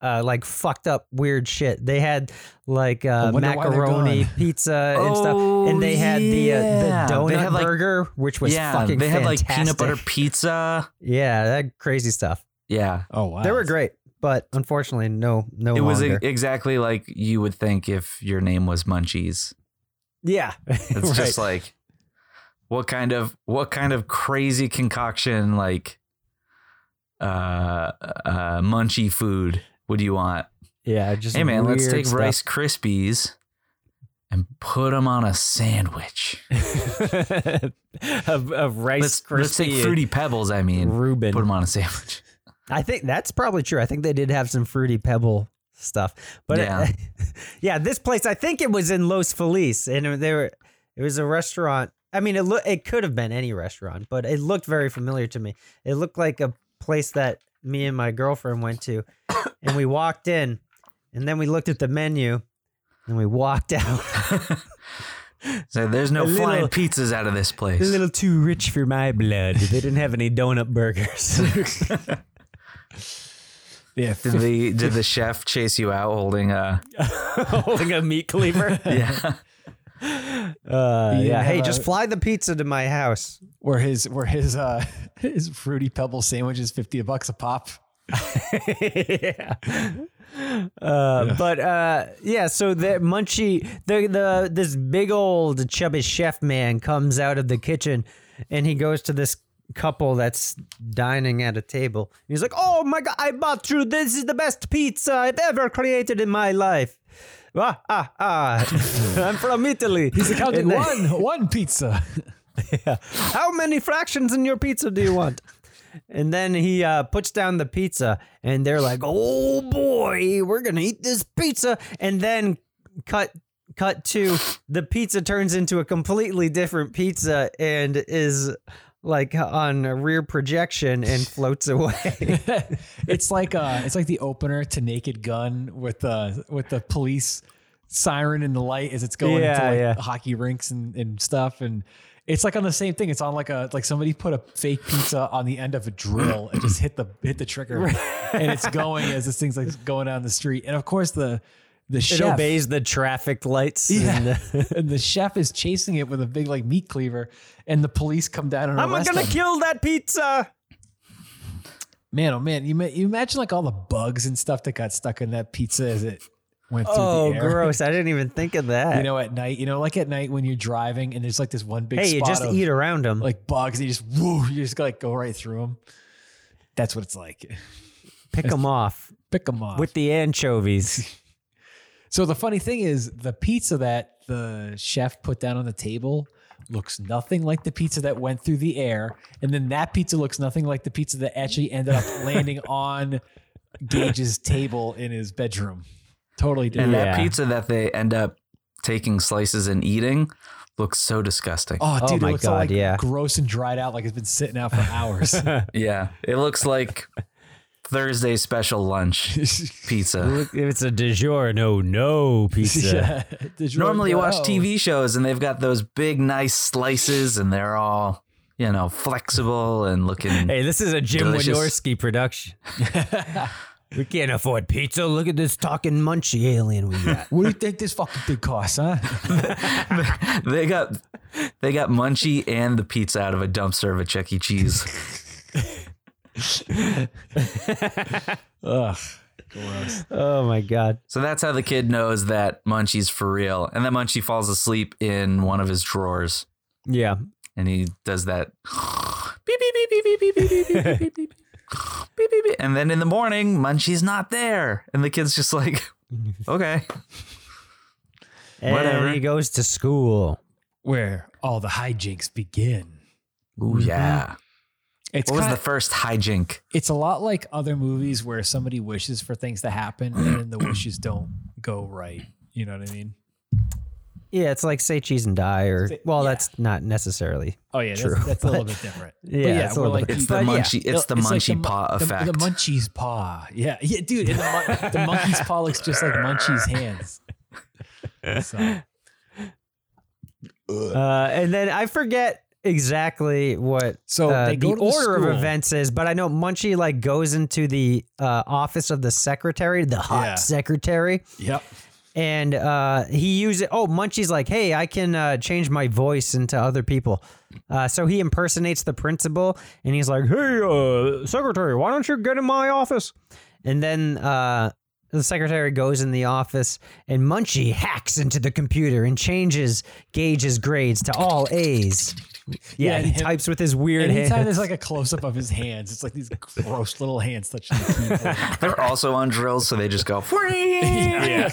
uh, like fucked up weird shit. They had like I uh, wonder why they're macaroni gone. pizza and stuff, Oh, and they had the yeah. uh, the donut They had, like- burger, which was yeah, fucking. they had like peanut fantastic. butter pizza. Yeah, that crazy stuff. Yeah, Oh wow. They were great, but unfortunately, no, no it was longer. e- exactly like you would think if your name was Munchies. yeah, It's just like what kind of what kind of crazy concoction like uh uh munchy food would you want? Yeah, just hey man, let's weird take stuff. Rice Krispies and put them on a sandwich. of, of Let's rice let's take crispy fruity pebbles, I mean. Reuben. Put them on a sandwich. I think that's probably true. I think they did have some fruity pebble stuff, but yeah, Yeah. yeah this place I think it was in Los Feliz, and they were it was a restaurant. I mean, it look it could have been any restaurant, but it looked very familiar to me. It looked like a place that me and my girlfriend went to, and we walked in, and then we looked at the menu, and we walked out. So there's no A little- flying pizzas out of this A place. little too rich for my blood. They didn't have any donut burgers. yeah. Did the did the chef chase you out holding a holding a meat cleaver. yeah? Uh, You yeah. have Hey, a- just fly the pizza to my house. Where his where his uh his fruity pebble sandwich is fifty bucks a pop. yeah. Uh, But uh, yeah, so the Munchie, the the this big old chubby chef man comes out of the kitchen, and he goes to this couple that's dining at a table. He's like, "Oh my god, I bought you! This is the best pizza I've ever created in my life." Ah ah ah! I'm from Italy. He's like, I'll do And then- one one pizza. how many fractions in your pizza do you want? And then he uh, puts down the pizza, and they're like, "Oh boy, we're gonna eat this pizza!" And then cut cut to the pizza turns into a completely different pizza and is like on a rear projection and floats away. it's like uh it's like the opener to Naked Gun with the with the police siren and the light as it's going Yeah, into like yeah. hockey rinks and, and stuff and it's like on the same thing. It's on like a like somebody put a fake pizza on the end of a drill and just hit the hit the trigger and it's going as this thing's like going down the street. And of course the the it chef obeys the traffic lights. yeah. and- and the chef is chasing it with a big like meat cleaver and the police come down and I'm arrest gonna him. kill that pizza. Man, oh man, you ma- you imagine like all the bugs and stuff that got stuck in that pizza as it went through Oh, the air. gross! I didn't even think of that. You know, at night, you know, like at night when you're driving and there's like this one big hey, you spot just of, eat around them. like bugs, and you just woo, you just like go right through them. That's what it's like. pick them off Pick them off. with the anchovies. so the funny thing is, the pizza that the chef put down on the table looks nothing like the pizza that went through the air, and then that pizza looks nothing like the pizza that actually ended up landing on Gage's table in his bedroom. Totally And different. that pizza that they end up taking slices and eating looks so disgusting. Oh, Oh dude, my it looks all, God, like yeah. gross and dried out, like it's been sitting out for hours. Yeah, it looks like Thursday special lunch pizza. Look, it's a de jour, no, no pizza. Did Normally, you watch know? TV shows and they've got those big, nice slices, and they're all you know flexible and looking. Hey, this is a Jim Delicious. Wynorski production. we can't afford pizza. Look at this talking munchy alien we got. What do you think this fucking thing costs, huh? they got they got Munchie and the pizza out of a dumpster of a Chuck E. Cheese. Ugh. oh my god. So that's how the kid knows that Munchie's for real, and then Munchie falls asleep in one of his drawers, Yeah. and he does that. Beep beep beep beep beep beep beep beep beep beep beep beep. Beep, beep, beep. And then in the morning, Munchie's not there, and the kid's just like, "Okay, And Whatever. he goes to school. Where all the hijinks begin. ooh yeah." It's what was kinda- the first hijink? it's a lot like other movies where somebody wishes for things to happen and then the wishes don't go right. You know what I mean? Yeah, it's like say cheese and die, or Say- well, yeah. that's not necessarily. Oh yeah, that's, True, that's a little but- bit different. But Yeah, it's a we're little bit- It's the but uh, munchie- it's the like munchie mu- paw the, The effect. munchie's paw. Yeah, yeah, dude. And the, mon- the monkey's paw looks just like munchie's hands. So, Uh, and then I forget exactly what So uh, they go the to the order of school. events is, but I know Munchie like goes into the uh, office of the secretary, the hot Yeah. secretary, yep. and uh, he uses. Oh, Munchie's like, hey, I can uh, change my voice into other people. Uh, so he impersonates the principal, and he's like, hey, uh, secretary, why don't you get in my office? And then. Uh, the secretary goes in the office and Munchie hacks into the computer and changes Gage's grades to all A's. Yeah, Yeah, and he him- types with his weird hands. Anytime there's like a close up of his hands, it's like these gross little hands touching the keyboard. They're also on drills, so they just go. yeah.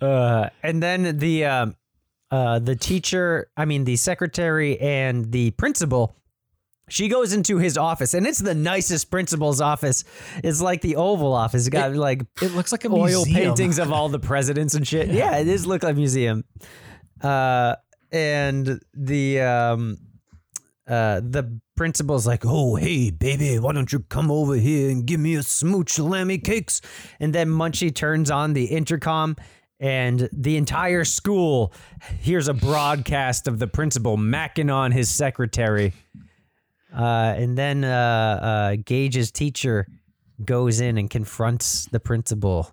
Uh, and then the um, uh, the teacher, I mean the secretary and the principal, she goes into his office, and it's the nicest principal's office. It's like the Oval Office. It got like It looks like a oil museum. paintings of all the presidents and shit. Yeah, it does look like a museum. Uh, and the um, uh, the principal's like, "Oh, hey, baby, why don't you come over here and give me a smooch, lammy cakes?" And then Munchie turns on the intercom, and the entire school hears a broadcast of the principal macking on his secretary. Uh, and then uh, uh, Gage's teacher goes in and confronts the principal.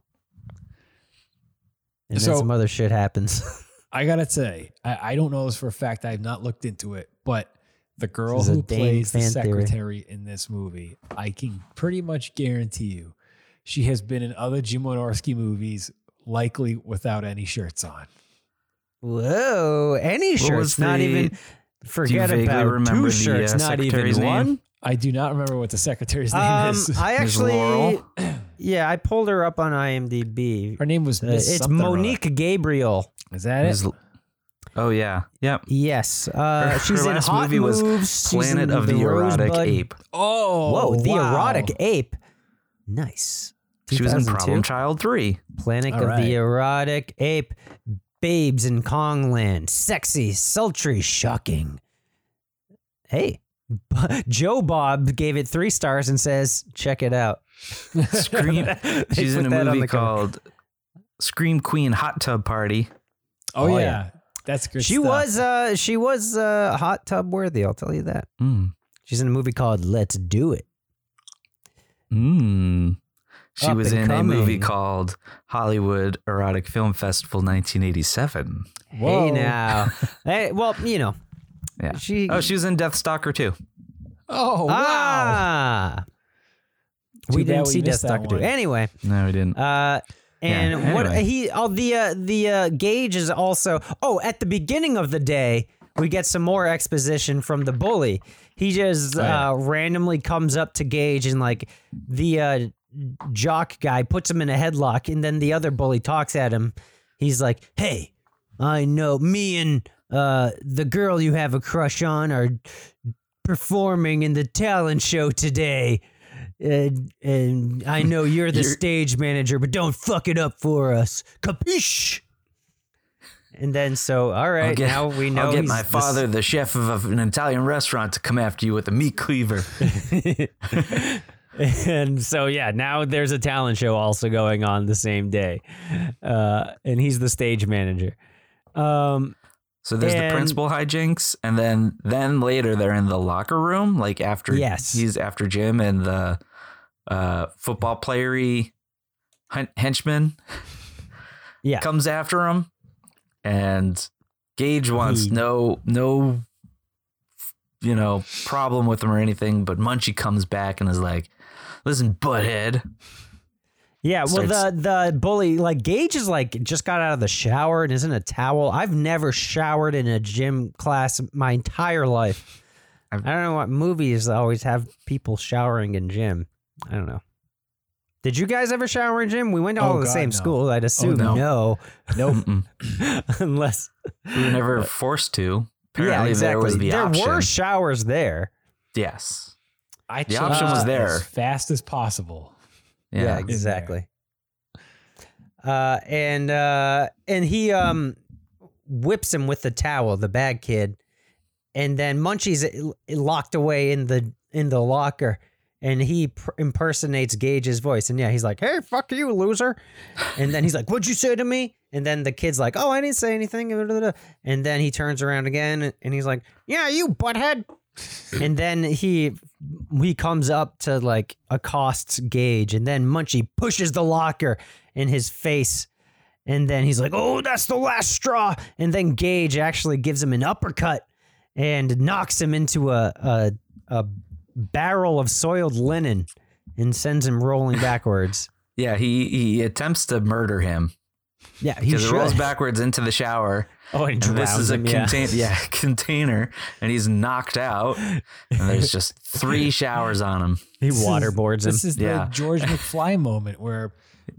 And then So- some other shit happens. I gotta say, I, I don't know this for a fact. I've not looked into it, but the girl This is a who Dane plays the fan theory. secretary in this movie, I can pretty much guarantee you, she has been in other Jim Wynorski movies, likely without any shirts on. Whoa, What any was shirts, not the- even forget vaguely about remember two the, shirts, uh, not even secretary's name? one. I do not remember what the secretary's name Um, is. I actually, yeah, I pulled her up on IMDb. Her name was Uh, Miss it's something or other. Monique Gabriel. Is that Ms. L- Oh yeah, yep. Yes, uh, she's in Hot Moves. she's Planet in of the, Erotic Rosebud. Ape. Oh, whoa, the wow. erotic ape. Nice. She was in 2002. Problem Child Three. Planet All of right. the Erotic Ape, Babes in Kongland, sexy, sultry, shocking. Hey, B- Joe Bob gave it three stars and says, check it out. Scream. They She's put in a that on movie the cover. called Scream Queen Hot Tub Party. Oh, yeah. that's good. She stuff. was uh she was uh hot tub worthy, I'll tell you that. Mm. She's in a movie called Let's Do It. Mm. She Up was and in a movie coming. called Hollywood Erotic Film Festival 1987. Hey now. hey, well, you know. Yeah. She Oh, she was in Death Stalker too. Oh Ah. Too we bad didn't we see Death missed that Stalker 2. one. Anyway. No, we didn't. Uh, and Yeah, what anyway. he oh the uh, the uh, gauge is also oh at the beginning of the day we get some more exposition from the bully. He Oh, just yeah. uh, randomly comes up to Gage and like the uh, jock guy puts him in a headlock, and then the other bully talks at him. He's like, "Hey, I know me and uh, the girl you have a crush on are performing in the talent show today. And, and I know you're the stage manager, but don't fuck it up for us. Capiche? And then so, all I'll right, get- now we know I'll get he's my the- father, the chef of an Italian restaurant, to come after you with a meat cleaver. and so yeah, now there's a talent show also going on the same day, uh, and he's the stage manager. Um, So there's And- the principal hijinks, and then then later they're in the locker room, like after Yes. he's after Jim and the uh, football playery hen- henchman yeah comes after him, and Gage wants no no you know problem with him or anything, but Munchie comes back and is like, "Listen, butthead, Yeah, well, Starts- the the bully like Gage is like just got out of the shower and is in a towel. I've never showered in a gym class my entire life. I don't know what movies always have people showering in gym. I don't know. Did you guys ever shower in gym? We went to all Oh, the God, same no. school. I'd assume no. no, Nope. unless we were never forced to." Apparently, yeah, exactly. there was the option. were showers there. yes, I The option was chose there. as fast as possible. Yeah, Yeah. exactly. Uh, and uh, and he um whips him with the towel, the bad kid, and then Munchie's eh, l- locked away in the in the locker, and he pr- impersonates Gage's voice, and yeah, he's like, "Hey, fuck you, loser," and then he's like, "What'd you say to me?" And then the kid's like, "Oh, I didn't say anything," and then he turns around again, and he's like, "Yeah, you butthead." and then he he comes up to like accosts Gage, and then Munchie pushes the locker in his face, and then he's like, "Oh, that's the last straw!" And then Gage actually gives him an uppercut and knocks him into a a, a barrel of soiled linen and sends him rolling backwards. Yeah, he he attempts to murder him yeah, he because it rolls should. backwards into the shower. Oh, and, And this drowns is a him, yeah. contain- yeah, container, and he's knocked out. And there's just three showers on him. He This is- waterboards him. This is Yeah. the George McFly moment where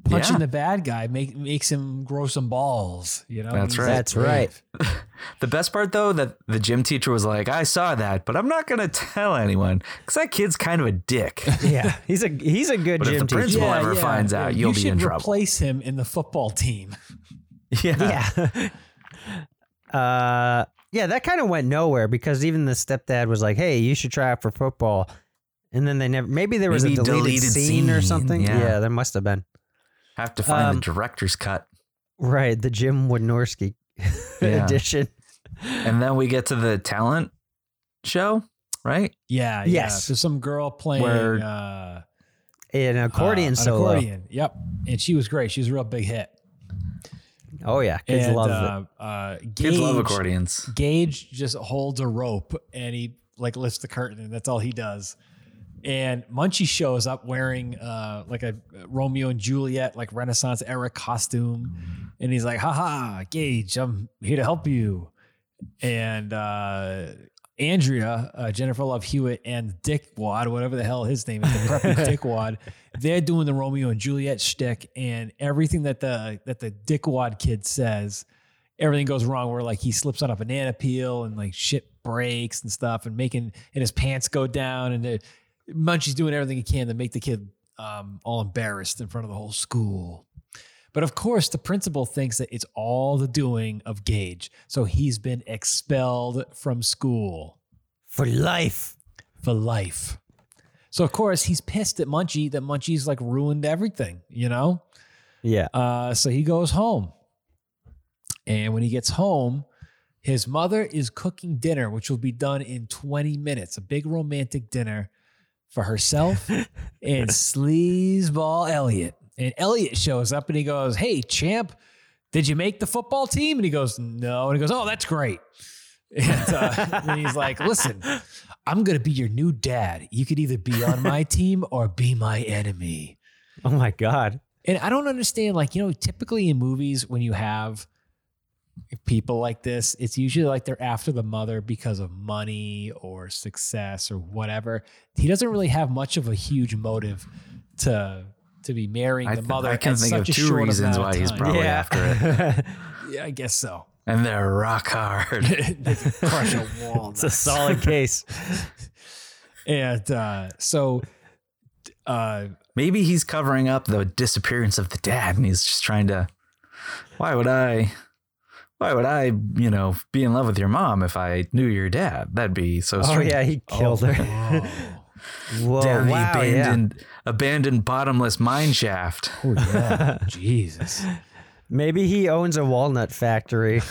punching Yeah. the bad guy make, makes him grow some balls. You know, That's He's right. That's brave. right. The best part though that the gym teacher was like, "I saw that, but I'm not gonna tell anyone because that kid's kind of a dick." yeah, he's a he's a good But if gym the teacher. principal ever finds out, You you'll be should in trouble. replace him in the football team. yeah. yeah. uh, yeah, that kind of went nowhere because even the stepdad was like, "Hey, you should try out for football," and then they never. Maybe there was Maybe a deleted, deleted scene, or scene, something. yeah. there must have been. Have to find Um, the director's cut. Right, the Jim Wynorski Yeah. edition. And then we get to the talent show, right? Yeah. Yes. Yeah. There's some girl playing Where- uh, An uh, accordion an solo. accordion. Yep. And she was great. She was a real big hit. Oh yeah, kids And, love it. uh, Uh, Gage, Kids love accordions. Gage just holds a rope and he like lifts the curtain, and that's all he does. And Munchie shows up wearing uh, like a Romeo and Juliet, like Renaissance era costume, and he's like, "Ha ha, Gage, I'm here to help you." And uh, Andrea, uh, Jennifer Love Hewitt, and Dick Wad, whatever the hell his name is, the preppy Dick Wad, they're doing the Romeo and Juliet shtick, and everything that the that the Dick Wad kid says, everything goes wrong. Where like he slips on a banana peel and like shit breaks and stuff, and making and his pants go down, and the- Munchie's doing everything he can to make the kid um, all embarrassed in front of the whole school. But of course, the principal thinks that it's all the doing of Gage. So he's been expelled from school For life. for life. So of course, he's pissed at Munchie that Munchie's like ruined everything, you know? Yeah. Uh, so he goes home. And when he gets home, his mother is cooking dinner, which will be done in 20 minutes, a big romantic dinner for herself and Sleazeball Elliot. And Elliot shows up and he goes, Hey, champ, did you make the football team? And he goes, No. And he goes, Oh, that's great. And, uh, and he's like, Listen, I'm going to be your new dad. You could either be on my team or be my enemy. Oh my god. And I don't understand, like, you know, typically in movies, when you have people like this, it's usually like they're after the mother because of money or success or whatever. He doesn't really have much of a huge motive to to be marrying I, the th- mother. I can at think such of a two short reasons amount why of he's time. probably Yeah. after it. Yeah, I guess so. And they're rock hard. Crush a wall. It's a solid case. and uh, so uh, Maybe he's covering up the disappearance of the dad and he's just trying to why would I why would I, you know, be in love with your mom if I knew your dad? That'd be so Oh strange. yeah, he killed her. oh. Whoa, Down wow, the yeah. abandoned abandoned bottomless mine shaft. Oh, yeah. Jesus. Maybe he owns a walnut factory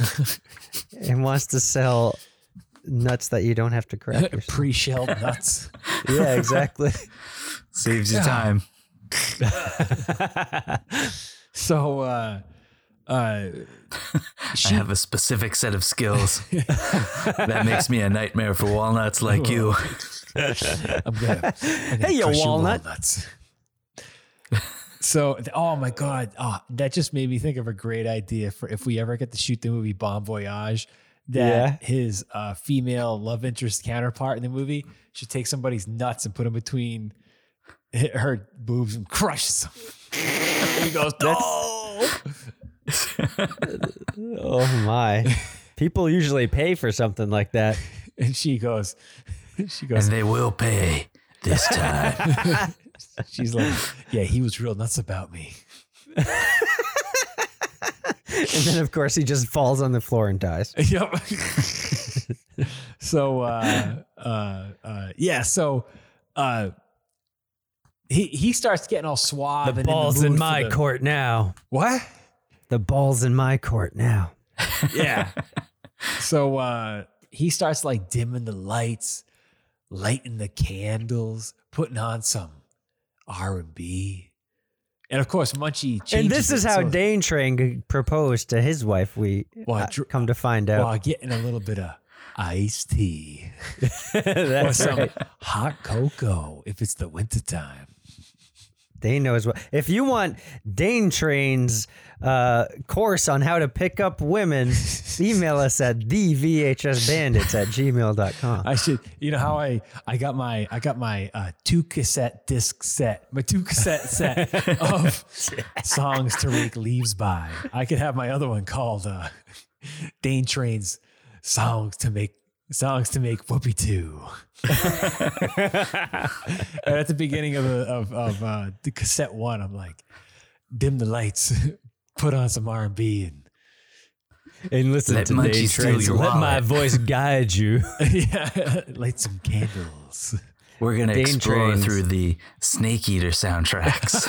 and wants to sell nuts that you don't have to crack. or something. Pre-shelled nuts. yeah, exactly. Saves you time. So uh uh I have a specific set of skills that makes me a nightmare for walnuts like you. I'm gonna, I'm gonna Hey, you crush your walnut. walnuts. so oh my god, oh, that just made me think of a great idea for if we ever get to shoot the movie Bon Voyage. That his uh, female love interest counterpart in the movie should take somebody's nuts and put them between h- her boobs and crush them. he goes, "No." Oh my. People usually pay for something like that. and she goes, she And goes, they will pay this time. she's like, yeah, he was real nuts about me. And then of course he just falls on the floor and dies. Yep. so uh, uh, uh, yeah, so uh, he he starts getting all suave. and in the mood for the- court now. What? The ball's in my court now. Yeah. so uh, he starts like dimming the lights, lighting the candles, putting on some R and B, and of course Munchie. and changes this is it, how so- Dane Train proposed to his wife. We Well, uh, dr- come to find out. while getting a little bit of iced tea or That's some right. hot cocoa if it's the wintertime. Dane knows what. If you want Dane Train's uh, course on how to pick up women, email us at thevhsbandits at gmail.com. I should, you know how I I got my I got my uh, two cassette disc set, my two cassette set of songs Tariq leaves by. I could have my other one called uh, Dane Train's songs to make songs to make whoopee too. and at the beginning of the of, of uh, the cassette one, I'm like, dim the lights, put on some R and B, and And listen Let to Munchie Dane steal Train's- your let my wallet. voice guide you. yeah, light some candles. We're going to Dane explore trains. through the Snake Eater soundtracks.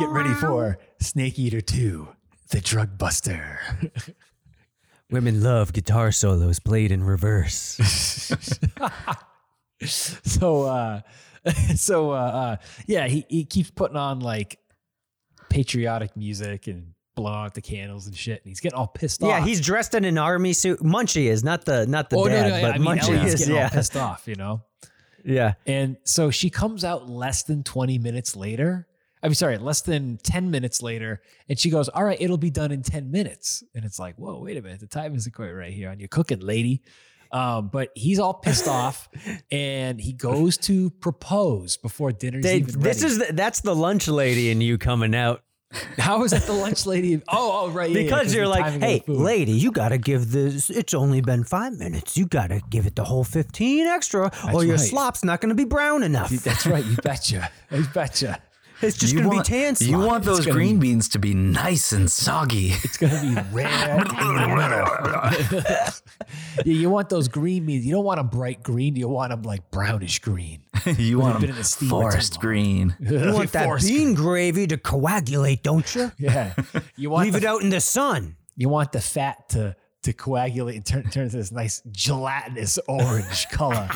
Get ready for Snake Eater 2, The Drug Buster. Women love guitar solos played in reverse. so uh so uh, uh yeah, he, he keeps putting on like patriotic music and blowing out the candles and shit, and he's getting all pissed yeah, off. he's dressed in an army suit. Munchie is not the not the oh, dad, no, no, yeah, but I mean, Munchie Ellie's is getting yeah. all pissed off, you know? Yeah. And so she comes out less than 20 minutes later. I mean, sorry, less than 10 minutes later. And she goes, All right, it'll be done in 10 minutes. And it's like, Whoa, wait a minute. The time isn't quite right here on your cooking, lady. Um, but he's all pissed off and he goes to propose before dinner's They- even this ready. is the, that's the lunch lady in you coming out. How is that the lunch lady? Oh, oh, right. yeah, yeah, because you're the like, timing of hey, the food." lady, you gotta give this. It's only been five minutes. You gotta give it the whole fifteen extra, or your right. slop's not gonna be brown enough. That's right. You betcha. You betcha. It's just gonna be tan. You slop. want It's those gonna green beans to be nice and soggy. It's gonna be rare. yeah, you want those green beans. You don't want them bright green. You want them like brownish green. you We've want been them in the steam for too forest green. You want that Forest bean gravy to coagulate, don't you? Yeah, you want Leave the, it out in the sun. You want the fat to to coagulate and turn turn into this nice gelatinous orange color.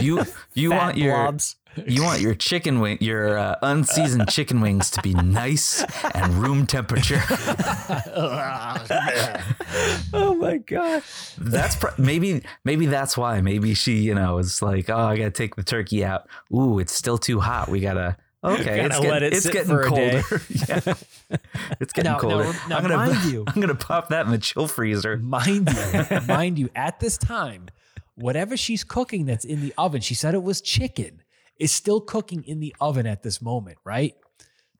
You you Fat want your blobs. you want your chicken wing your uh, unseasoned chicken wings to be nice and room temperature. Oh my god! That's pro- maybe maybe that's why. Maybe she you know was like, oh, I gotta take the turkey out. Ooh, it's still too hot. We gotta. Okay, Gotta it's let getting, it it's sit getting for a colder. day. yeah. It's getting Now- now colder. rem- now I'm gonna mind you- I'm gonna pop that in the chill freezer. Mind you, mind you, at this time, whatever she's cooking that's in the oven, she said it was chicken, is still cooking in the oven at this moment, right?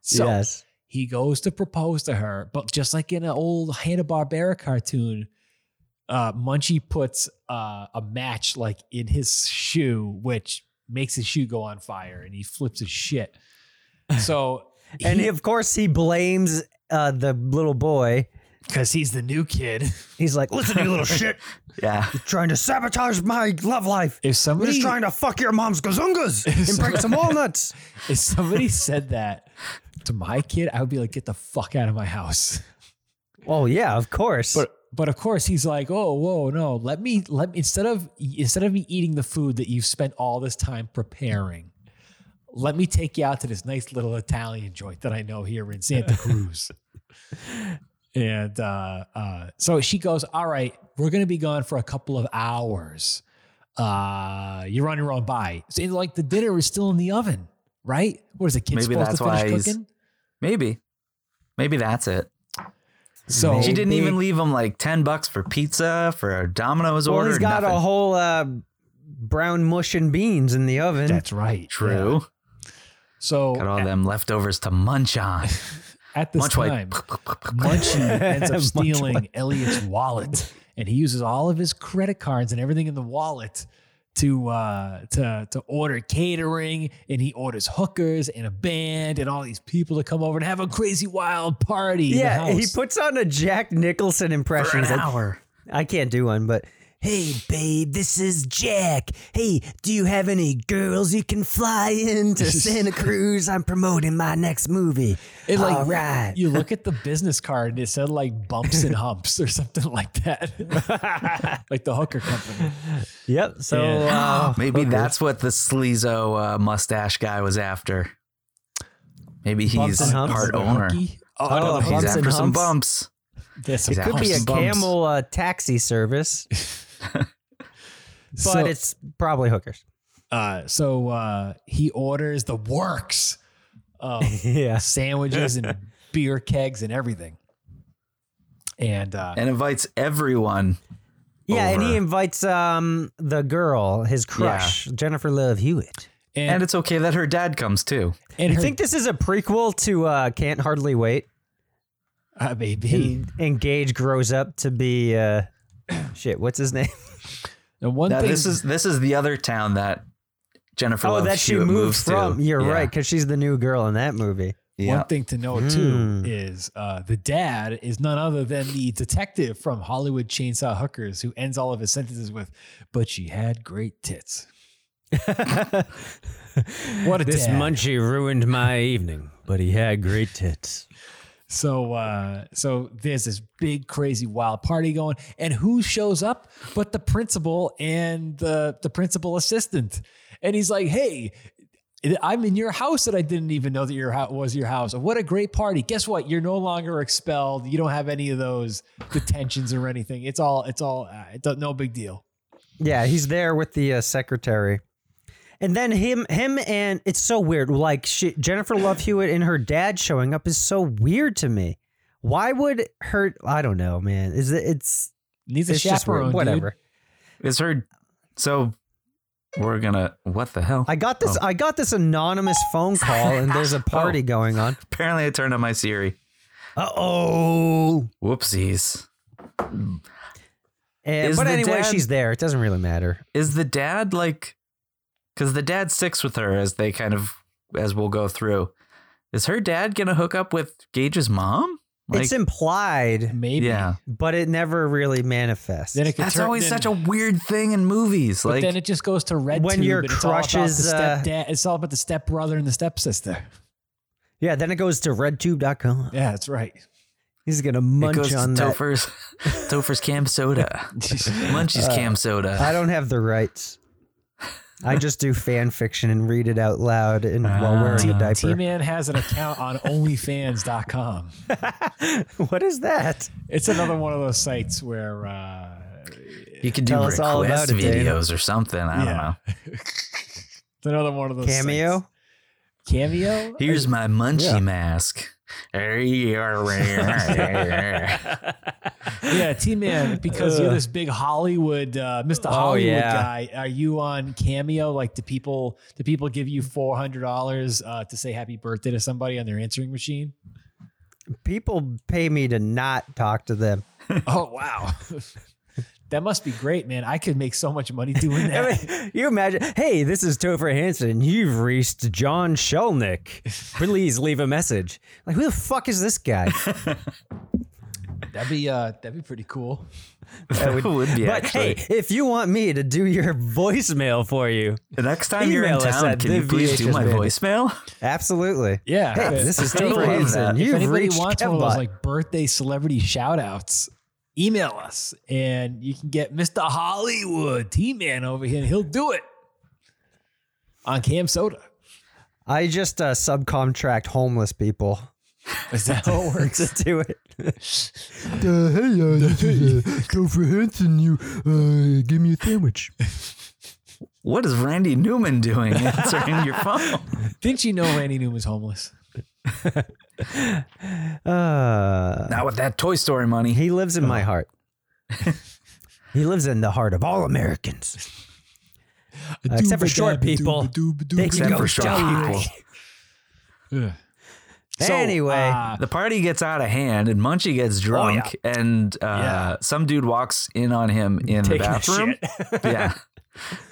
So yes. he goes to propose to her, but just like in an old Hanna Barbera cartoon, uh, Munchie puts uh, a match like in his shoe, which makes his shoe go on fire, and he flips his shit. So, And of course, he blames uh, the little boy. because he's the new kid, He's like, "Listen, you little shit! Yeah, You're trying to sabotage my love life. if I'm somebody just trying to fuck your mom's gazungas and break some walnuts." if somebody said that to my kid, I would be like, get the fuck out of my house. Oh yeah, of course. But but of course he's like, oh, whoa, no, let me let me instead of instead of me eating the food that you've spent all this time preparing, let me take you out to this nice little Italian joint that I know here in Santa Cruz. and uh, uh, so she goes, all right, we're gonna be gone for a couple of hours. Uh, you're on your own. Bye. So like the dinner is still in the oven, right? What is the kid Maybe supposed that's to finish why he's- cooking? maybe, maybe that's it. So she didn't even leave him like 10 bucks for pizza for a Domino's well, order. he's got nothing. a whole uh, brown mush and beans in the oven. That's right. True. So Got all them leftovers to munch on. at this munch time, white. Munchie ends up Munch stealing White. Elliot's wallet, and he uses all of his credit cards and everything in the wallet to uh, to to order catering, and he orders hookers and a band and all these people to come over and have a crazy wild party. yeah, in the he house. puts on a Jack Nicholson impression. He's like, I can't do one, but hey, babe, this is Jack. Hey, do you have any girls you can fly into Santa Cruz? I'm promoting my next movie. And, like, All right. You look at the business card and it said like bumps and humps or something like that, like the hooker company. yep. So Yeah. uh, Maybe that's what the sleazo uh, mustache guy was after. Maybe Bumps he's and humps part is the owner. hooky. Oh, Oh, no, the Bumps He's bumps. and after some humps. bumps. There's it some Exactly. could be a Humps and bumps. camel uh, taxi service, but So- it's probably hookers. Uh, so uh, he orders the works of Yeah. sandwiches and beer kegs and everything. And uh, And invites everyone. Yeah, and he over. invites um the girl, his crush, Jennifer Love Hewitt. and, And it's okay that her dad comes too. and You her- think this is a prequel to uh, Can't Hardly Wait? uh, maybe And, and Gage grows up to be uh, shit. What's his name? and one Now thing this is this is the other town that Jennifer oh, Love that she Hewitt moved moves from. to. You're Yeah. right, because she's the new girl in that movie. Yeah. one thing to note too Hmm. is uh, the dad is none other than the detective from Hollywood Chainsaw Hookers who ends all of his sentences with, "But she had great tits." what a this dad. munchie ruined my evening, but he had great tits. So uh so there's this big crazy wild party going and who shows up but the principal and the the principal assistant. And he's like, "Hey, I'm in your house that I didn't even know that your house was your house. What a great party. Guess what? You're no longer expelled. You don't have any of those detentions or anything. It's all it's all uh, it's a- no big deal." Yeah, he's there with the uh, secretary. And then him, him, and it's so weird. Like she, Jennifer Love Hewitt and her dad showing up is so weird to me. Why would her? I don't know, man. Is it? It's needs a it's just chaperone, weird. dude. Whatever. It's her. So we're gonna. What the hell? I got Oh. this. I got this anonymous phone call, and there's a party going on. Apparently, I turned on my Siri. Uh oh. Whoopsies. And, Is but the anyway, dad- she's there. It doesn't really matter. Is the dad like? Because the dad sticks with her as they kind of as we'll go through. Is her dad gonna hook up with Gage's mom? it's implied, maybe, Yeah. but it never really manifests. Then it could That's turn- always then- such a weird thing in movies. But like then it just goes to red When your it's all about the crushes, uh, stepdad- it's all about the stepbrother and the stepsister. Yeah, then it goes to redtube.com. Yeah, that's right. He's gonna munch it goes on to that. Topher's, Topher's cam soda, Munchie's cam soda. Uh, I don't have the rights. I just do fan fiction and read it out loud and while wearing Ah, T a diaper. Man has an account on OnlyFans.com. what is that? It's another one of those sites where uh, You could do Tell us request all about it, Dana. videos or something. I don't know. it's another one of those Cameo? sites. Cameo. Here's my munchie Yeah. mask. Yeah, T Man, because you're this big Hollywood, uh, Mr. Hollywood Oh, yeah. guy. Are you on Cameo? Like, do people do people give you four hundred dollars uh, to say happy birthday to somebody on their answering machine? People pay me to not talk to them. oh wow, that must be great, man. I could make so much money doing that. You imagine, hey, this is Topher Hansen. You've reached John Shelnick. Please leave a message. Like, who the fuck is this guy? That'd be uh, that'd be pretty cool. That would, be but actually. hey, if you want me to do your voicemail for you, the next time you're in email us town, at can you the please do VHS my bandit. voicemail? absolutely. Yeah, Hey, if- this is if Topher anyone- Hansen. If You've anybody reached wants one of Kevbot. those like birthday celebrity shout outs, email us and you can get Mr. Hollywood T Man over here and he'll do it on Cam Soda. I just uh, subcontract homeless people Is that how it works? to do it. hey, uh, this is uh, Topher Hansen. You uh, give me a sandwich. What is Randy Newman doing answering your phone? Didn't you know Randy Newman's homeless? Uh, Not with that Toy Story money. he lives in my heart. he lives in the heart of all Americans. Uh, except for short people. They can Except go for short die. people. Yeah. So, Anyway, uh, The party gets out of hand and Munchie Oh, gets drunk and uh, some dude walks in on him in the Taking a bathroom. yeah.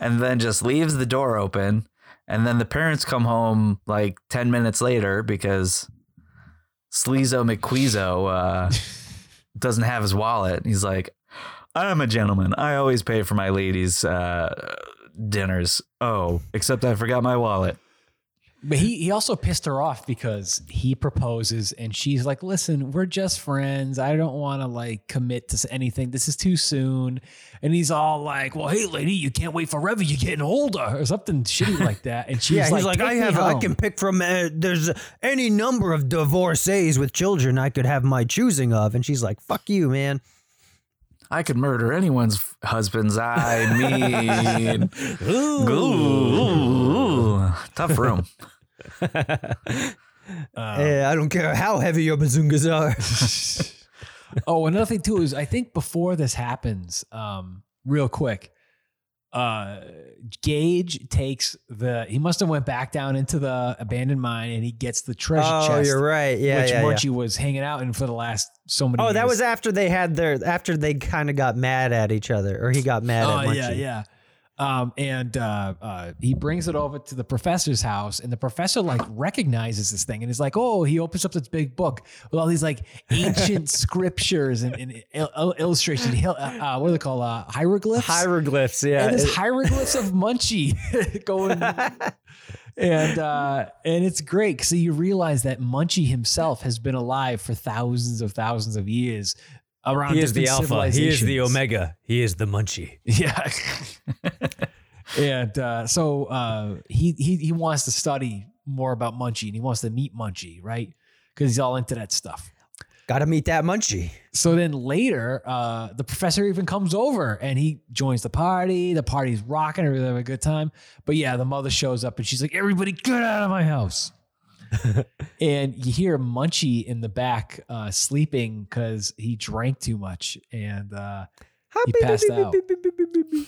And then just leaves the door open. And then the parents come home like 10 minutes later because Sleezo McQueezo uh, doesn't have his wallet. He's like, I'm a gentleman. I always pay for my ladies' uh, dinners. Oh, except I forgot my wallet. But he he also pissed her off because he proposes and she's like, "Listen, we're just friends. I don't want to like commit to anything. This is too soon." And he's all like, "Well, hey, lady, you can't wait forever. You're getting older," or something shitty like that. And she's yeah, like, he's like, "Take I me have, I home." can pick from. Uh, there's any number of divorcees with children I could have my choosing of, and she's like, "Fuck you, man." I could murder anyone's f- husbands. I mean, Ooh. tough room. Eh, I don't care how heavy your bazungas are. Oh, another thing too is I think before this happens, um, real quick, uh, Gage takes the he must have went back down into the abandoned mine and he gets the treasure oh, chest. you're right. Yeah, which yeah, yeah. Munchie was hanging out in for the last so many. Oh, that years. was after they had their after they kind of got mad at each other, or he got mad Oh at Munchie. yeah, yeah. Um, and uh, uh, he brings it over to the professor's house, and the professor like recognizes this thing, and is like, "Oh!" He opens up this big book with all these like ancient scriptures and, and il- il- illustrations. He- uh, what do they call uh, hieroglyphs? Hieroglyphs, yeah. And this hieroglyphs of Munchie going, and uh, and it's great because you realize that Munchie himself has been alive for thousands of thousands of years. Around he is the different alpha. He is the civilizations. omega. He is the munchie. Yeah. and uh, so uh, he he he wants to study more about Munchie and he wants to meet Munchie, right? Because he's all into that stuff. Got to meet that Munchie. So then later, uh, the professor even comes over and he joins the party. The party's rocking, everybody's having a good time. But yeah, the mother shows up and she's like, "Everybody, get out of my house!" and you hear Munchie in the back uh, sleeping because he drank too much and uh, he passed out.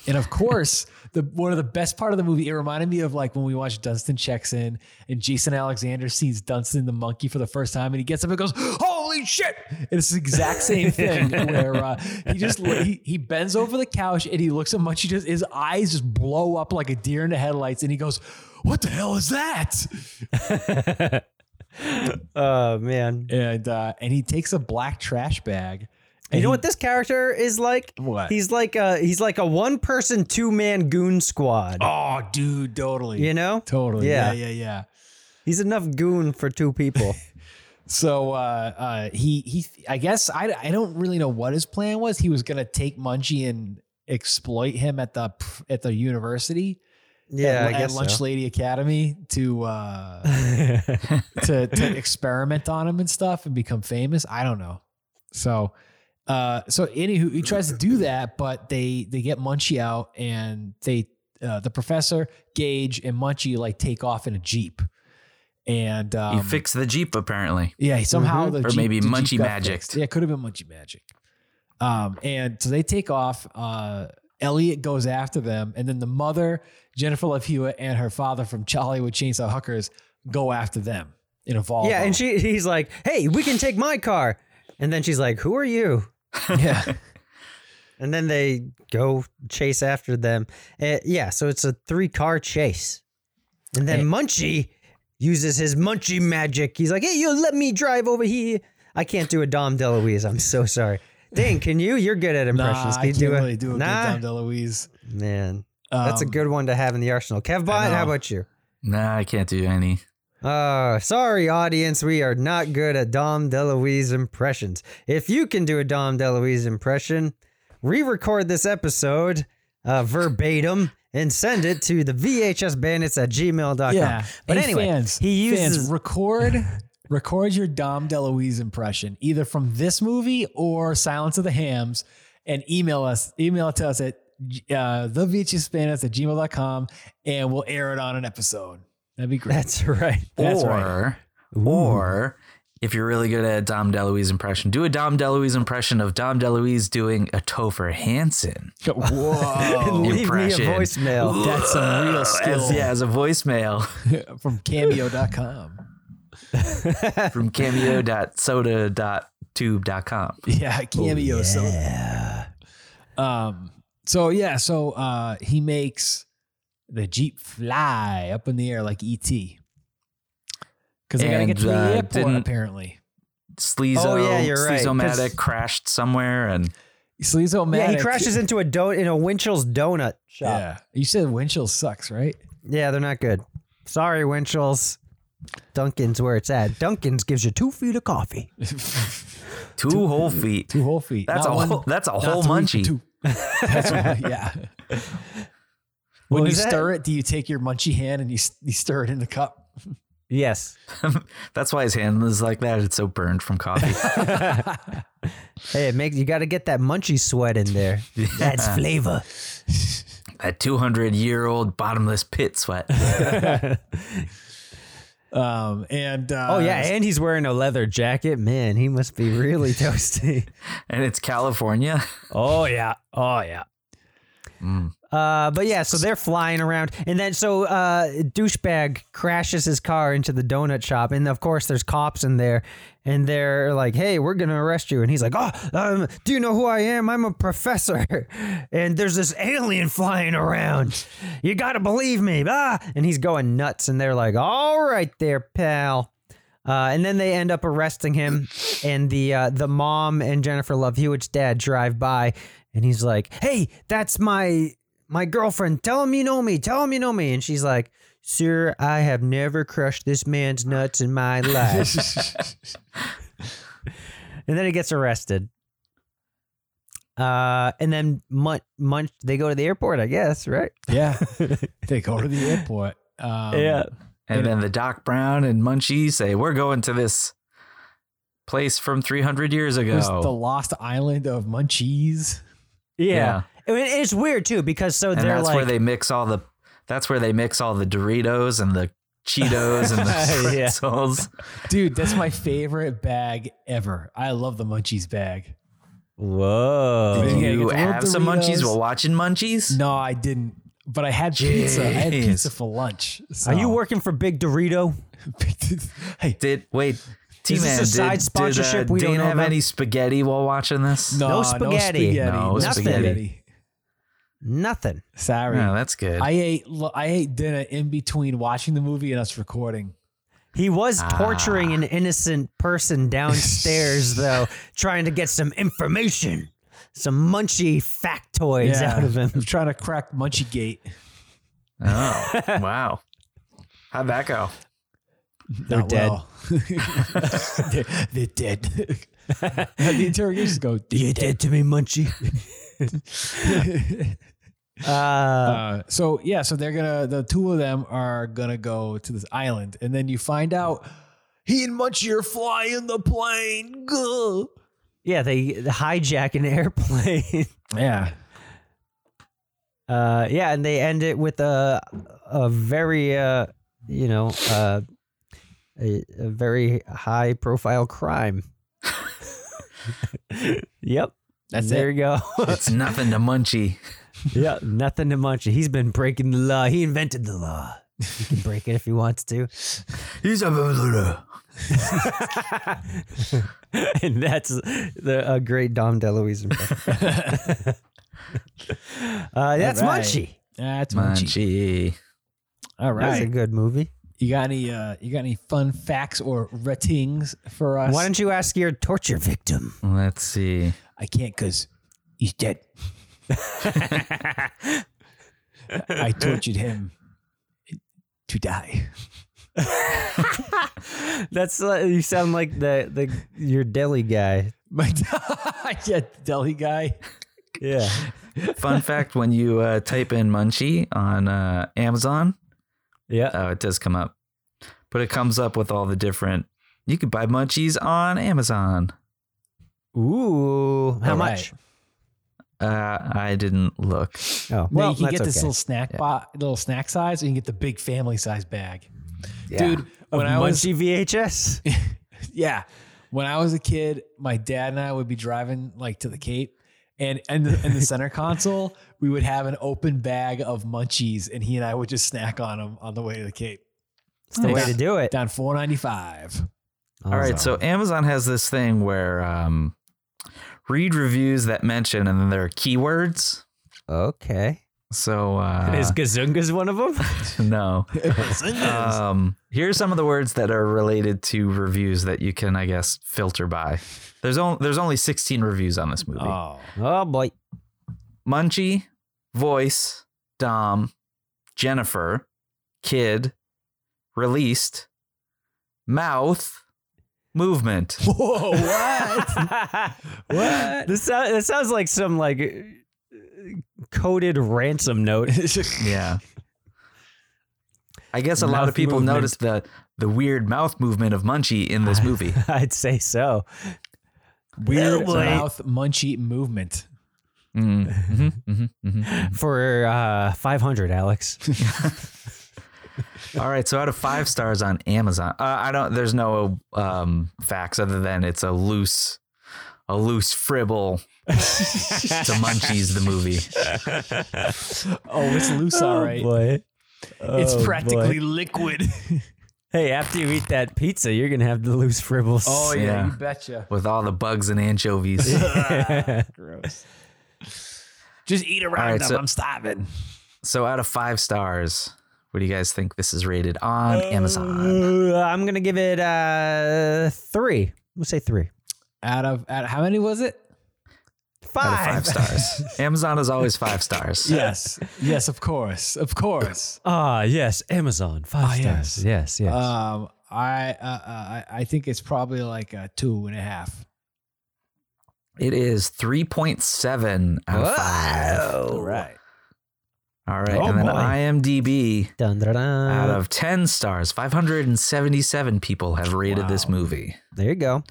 And of course, the one of the best part of the movie, it reminded me of like when we watched Dunstan Checks In and Jason Alexander sees Dunstan the monkey for the first time and he gets up and goes, Holy shit! And it's the exact same thing where uh, he just he, he bends over the couch and he looks at Munchie, just his eyes just blow up like a deer in the headlights, and he goes, What the hell is that? Oh man. And uh, and he takes a black trash bag. You and know he- what this character is like? What? He's like a he's like a one person two man goon squad. Oh, dude, totally. You know? Totally. Yeah, Yeah. yeah, yeah. He's enough goon for two people. So uh, uh, he he, I guess I I don't really know what his plan was. He was gonna take Munchie and exploit him at the at the university. Yeah, at, I guess at Lunch so. Lady Academy to uh, to to experiment on him and stuff and become famous. I don't know. So uh, so anywho, he tries to do that, but they they get Munchie out and they uh, the professor Gage and Munchie like take off in a jeep. And um, you fix the Jeep, apparently. yeah, somehow Mhm. the Or Jeep- maybe the Jeep Munchie got Magic. fixed. Yeah, it could have been Munchie Magic. Um, and so they take off. Uh, Elliot goes after them, and then the mother, Jennifer Love Hewitt, and her father from Charlie with Chainsaw Hookers go after them in a Volvo. yeah, and she he's like, Hey, we can take my car. And then she's like, Who are you? yeah, And then they go chase after them. Uh, yeah, so it's a three car chase. And Eh. then Munchie uses his Munchie magic. He's like, hey, you let me drive over here. I can't do a Dom DeLuise. I'm so sorry. Dang, can you? You're good at nah, impressions. I can you can't do it? really do a nah, good Dom DeLuise. man. That's a Um, good one to have in the arsenal. Kev Bond, how know. about you? Nah, I can't do any. Uh, sorry, audience. We are not good at Dom DeLuise impressions. If you can do a Dom DeLuise impression, re record this episode uh, verbatim and send it to the VHS bandits at gmail.com. Yeah, But Hey, anyway, fans, he fans, uses. record. Record your Dom DeLuise impression, either from this movie or Silence of the Hams, and email us. Email it to us at uh, thevhspanas at gmail.com, and we'll air it on an episode. That'd be great. that's right. That's or, right. or if you're really good at a Dom DeLuise impression, do a Dom DeLuise impression of Dom DeLuise doing a Topher Hansen Whoa. Oh. Leave impression. me a voicemail. That's some real skill as, yeah, as a voicemail from cameo.com. from cameo.soda.tube.com. Oh, Yeah, cameo. So, um, so yeah, so uh, he makes the Jeep fly up in the air like ET because they gotta And, get to the uh, airport didn't- apparently. Sleezo, Oh, yeah, you're right, 'cause- Sleezomatic crashed somewhere and Sleazo Yeah, he crashes into a do- in a Winchell's donut shop. Yeah, you said windshield sucks, right? yeah, they're not good. Sorry, Winchell's. Dunkin's where it's at. Dunkin's gives you two feet of coffee. two, whole feet. Two whole feet. That's Not a one, whole- that's a not whole three, munchie. two. That's right, yeah. When What you is that? stir it, do you take your munchie hand and you, s- you stir it in the cup? Yes. That's why his hand is like that. It's so burned from coffee. Hey, it makes you got to get that munchy sweat in there. That's flavor. that 200 year old bottomless pit sweat. Um, and uh, Oh yeah, and he's wearing a leather jacket. Man, he must be really toasty. and it's California. Oh yeah. Oh yeah. Mm. Uh, but yeah, so they're flying around, and then so uh, douchebag crashes his car into the donut shop, and of course there's cops in there, and they're like, "Hey, we're gonna arrest you," and he's like, "Oh, um, do you know who I am? I'm a professor, and there's this alien flying around. You gotta believe me!" Ah, and he's going nuts, and they're like, "All right, there, pal." Uh, and then they end up arresting him, and the uh, the mom and Jennifer Love Hewitt's dad drive by, and he's like, "Hey, that's my my girlfriend. Tell him you know me. Tell him you know me." And she's like, "Sir, I have never crushed this man's nuts in my uh, life." and then he gets arrested. Uh, and then Munch, Munch, they go to the airport, I guess, right? Yeah, they go to the airport. Oh, Um, yeah. And then the Doc Brown and Munchie say, "We're going to this place from 300 years It was the ago." Lost Island of Munchies. Yeah. I mean, it's weird too because so and they're that's like where they mix all the that's where they mix all the Doritos and the Cheetos and the Yeah. pretzels. Dude, that's my favorite bag ever. I love the Munchies bag. Whoa. Did Yeah, get the you little have some munchies Doritos. while watching munchies? No, I didn't. But I had pizza. I had Jeez. pizza for lunch. so- Are you working for Big Dorito? hey, Did wait, T this Man a side did, sponsorship did uh, we don't Dane know have about? any spaghetti while watching this? No, No no spaghetti. spaghetti. No spaghetti. Nothing. Sorry. No, Oh, that's good. I ate lo- I ate dinner in between watching the movie and us recording. He was torturing an innocent person downstairs, though, trying to get some information, some munchy factoids out of him. I'm trying to crack Munchie Gate. oh wow, how'd that go? They're dead. they're, they're dead. the interrogations go, You did to me, Munchie. uh, Uh, so yeah, so they're gonna the two of them are gonna go to this island, and then you find out he and Munchie are flying the plane. Gah. yeah, they hijack an airplane. Yeah, Uh, yeah, and they end it with a a very uh, you know uh, a, a very high profile crime. yep, That's there it. you go. It's nothing to munchie. yeah, nothing to munch. He's been breaking the law. He invented the law. He can break it if he wants to. He's a balloon. and that's the a great Dom DeLuise impression. uh, that's right. Munchie. that's Munchie. Munchie. All That was a right, good movie. you got any uh, you got any fun facts or ratings for us? Why don't you ask your torture victim? Let's see. I can't because he's dead. I tortured him to die. That's uh, you sound like the the your deli guy. My yeah, deli guy. Yeah. Fun fact: When you uh, type in munchie on uh, Amazon, Yeah. Oh, it does come up. But it comes up with all the different you could buy munchies on Amazon. Ooh. How All much? Uh, I didn't look. Oh, Well, well, you can get that's this okay. little snack bo- little snack size, or you can get the big family size bag. Yeah. Dude, when I was Munchie VHS. yeah, when I was a kid, my dad and I would be driving like to the Cape, and and the, in the center console, we would have an open bag of munchies, and he and I would just snack on them on the way to the Cape. It's the way to do it. Down four ninety five. All right, so Amazon has this thing where um, read reviews that mention and then there are keywords. okay. So uh, Is Gazunga's one of them? no. um, here's some of the words that are related to reviews that you can, I guess, filter by. There's only there's only 16 reviews on this movie. Oh, oh boy. Munchie, Voice, Dom, Jennifer, Kid, Released, Mouth, Movement. whoa, what? what? This sounds, this sounds like some like uh, coded ransom note. Yeah. I guess a lot Mouth of people movement. noticed the the weird mouth movement of Munchie in this movie. I'd say so. Weird Oh, boy. mouth munchie movement. Mm, mhm, mhm, mhm. For uh, 500, Alex. All right, so out of five stars on Amazon, uh, I don't. There's no um, facts other than it's a loose a loose fribble to Munchies the movie. oh, it's loose, all right. boy. it's Oh, practically boy. liquid. Hey, after you eat that pizza, you're gonna have the loose fribbles. Oh yeah, you betcha. With all the bugs and anchovies. Gross. Just eat around right, them. so- I'm starving. so out of five stars, what do you guys think this is rated on Amazon? Uh, I'm gonna give it uh three. We'll say three. Out of out of, how many was it? Five. Out of five stars. Amazon is always five stars. Yes, yes, of course, of course. Ah, yes, Amazon. Five Ah, yes. stars. Yes, yes. Um, I uh, uh, I- I think it's probably like a two and a half. It is 3.7 out of five. All right. All right. Oh, and then boy. IMDb Dun, dun, dun. out of 10 stars, 577 people have rated this Wow. movie. there you go.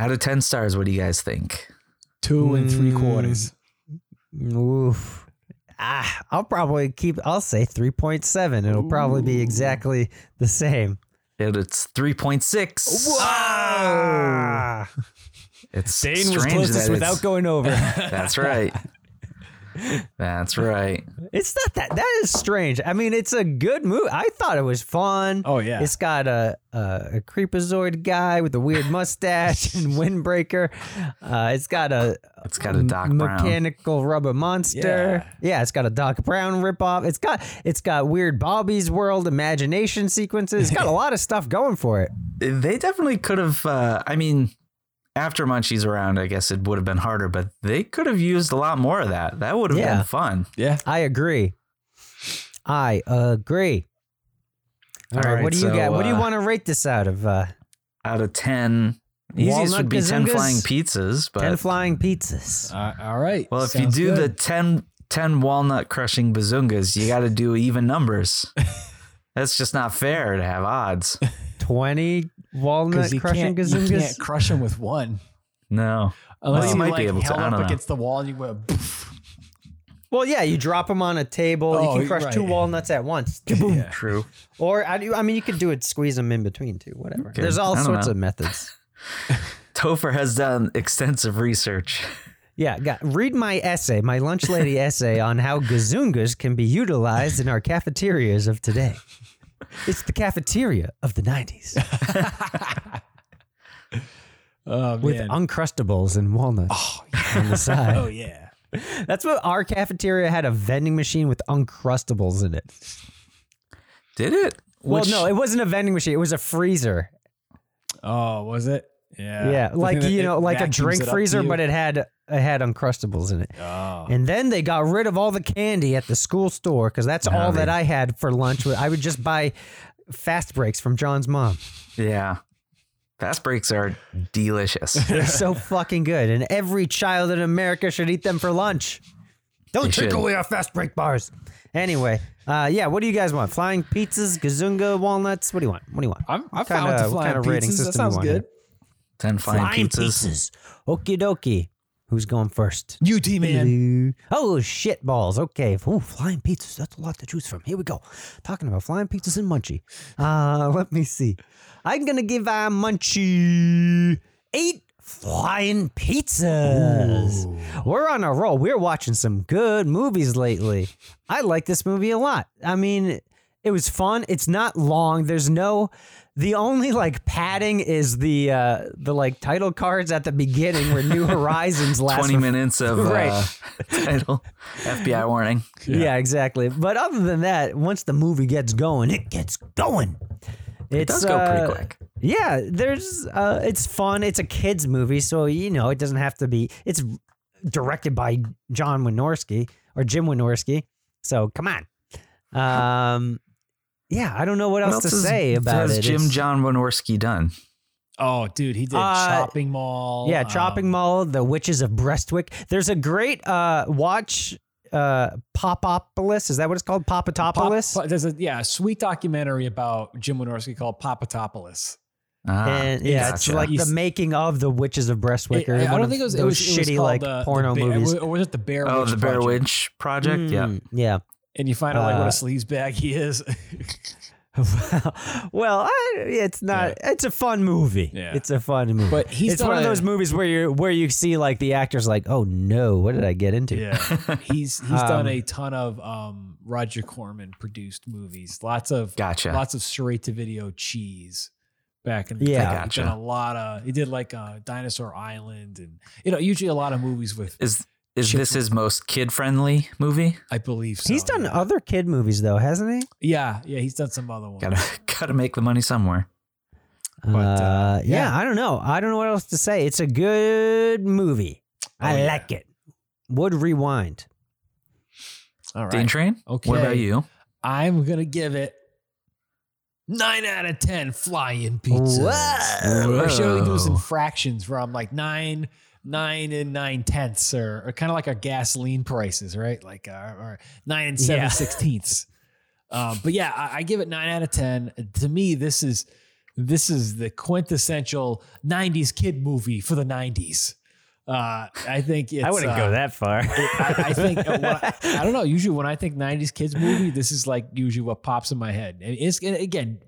Out of 10 stars, what do you guys think? Two and three quarters. Oof. Ah, I'll probably keep. I'll say three point seven. It'll probably be exactly the same. It- it's 3.6. Wow. It's Dane strange was that closest it's- without going over. That's right. That's right. It's not that. That is strange. I mean, it's a good movie. I thought it was fun. Oh, yeah. It's got a a, a creepazoid guy with a weird mustache and windbreaker. Uh, it's got a It's got a Doc Brown. mechanical rubber monster. Yeah. it's got a Doc Brown ripoff. It's got it's got weird Bobby's World imagination sequences. It's got a lot of stuff going for it. They definitely could have. Uh, I mean, after Munchie's around, I guess it would have been harder, but they could have used a lot more of that. That would have Yeah. been fun. Yeah. I agree. I agree. All right, All right, what do you so, got? What do you uh, want to rate this out of? Uh, Out of 10, the easiest Walnut would be 10 gazingas? flying pizzas, but. Ten flying pizzas. Uh, all right. well, if Sounds you do the good. 10, 10 walnut crushing bazungas, you got to do even numbers. That's just not fair to have odds. Twenty walnut 'Cause you crushing can't, you gazungas. can't crush them with one. No. Unless Well, you you might be like able to, held I up don't know. against the wall and you went. "Poof." Well, yeah, you drop them on a table. Oh, you can crush right. two walnuts at once. Yeah. True. Or I, do- I mean, you could do it, squeeze them in between too. Whatever. Okay, There's all I don't sorts know. of methods. Topher has done extensive research. Yeah, got, read my essay, my lunch lady essay on how gazungas can be utilized in our cafeterias of today. It's the cafeteria of the '90s Oh with man. uncrustables and walnuts on the side. oh yeah. That's what our cafeteria had a vending machine with uncrustables in it. Did it? Well, Which- no, it wasn't a vending machine. It was a freezer. Oh, was it? Yeah. Yeah, The like thing that you it know, like a vacuums drink it up to freezer, you? but it had it had uncrustables in it. Oh. And then they got rid of all the candy at the school store because that's all that I had for lunch. I would just buy fast breaks from John's mom. Yeah. Fast breaks are delicious. They're so fucking good, and every child in America should eat them for lunch. Don't They take should. away our fast break bars. Anyway, uh, yeah, what do you guys want? Flying pizzas, gazunga, walnuts. What do you want? What do you want? I'm, I'm What kinda- fine with the what flying kinda rating pizzas. That system you sounds want good. Ten fine Flying pizzas. pizzas. Okie dokie. Who's going first? You T man. Oh shit balls. Okay. Ooh, flying pizzas. That's a lot to choose from. Here we go. Talking about flying pizzas and munchie. Uh let me see. I'm gonna give uh munchie eight flying pizzas. We're on a roll. We're watching some good movies lately. I like this movie a lot. I mean, it was fun. It's not long. There's no the only like padding is the uh the like title cards at the beginning where New Horizons last Twenty for minutes of Right. uh, title. FBI warning. Yeah. yeah. exactly. But other than that, once the movie gets going, it gets going. It It's, does go pretty uh, quick. Yeah, there's uh it's fun. It's a kids movie, so you know, it doesn't have to be it's directed by John Wynorski or Jim Wynorski. So, come on. Um yeah, I don't know what, What else, to has- say about has it. Jim It's- John Wynorski done? Oh, dude, he did Uh, chopping mall. uh, Yeah, Chopping um, Mall, The Witches of Brestwick. There's a great uh watch uh Popopolis. Is that what it's called? Pop, Popatopolis? Pop- there's a yeah, a sweet documentary about Jim Wynorski called Papatopoulos. Ah, and yeah, it's gotcha. like the He's- making of the Witches of Brestwick. or It- I one don't of think it was those it was, shitty it was called, like uh, the porno Bear- movies. Or was it the Bear? oh, Witch the Bear Project? Mm. Witch project. Yeah, Mm, yeah. And you find out like what Uh, a sleazebag he is. well, I, it's not. It's a fun movie. Yeah. It's a fun movie. But he's it's one not of a- those movies where you where you see like the actors like, oh no, what did I get into? Yeah, he's he's Um, done a ton of um, Roger Corman produced movies. Lots of Gotcha. Lots of straight to video cheese back in the Yeah. day. I gotcha. He's done a lot of. He did like uh, Dinosaur Island, and you know, usually a lot of movies with. Is is this his most kid friendly movie? I believe so. He's done other kid movies though, hasn't he? Yeah, yeah, he's done some other ones. Gotta gotta make the money somewhere. But, uh, yeah, I don't know. I don't know what else to say. It's a good movie. I Oh, yeah. like it. Would rewind. All right. Dane Train. Okay. What about you? I'm gonna give it nine out of ten flying pizza. Whoa. We're showing those in fractions where I'm like nine, nine and nine tenths, or, or kind of like our gasoline prices, right? Like uh, or nine and seven Yeah. sixteenths. Um, but yeah, I, I give it nine out of ten. To me, this is this is the quintessential '90s kid movie for the '90s. Uh, I think it's, I wouldn't uh, go that far. I, I think uh, when I, I don't know. Usually, when I think '90s kids movie, this is like usually what pops in my head. And it's and again,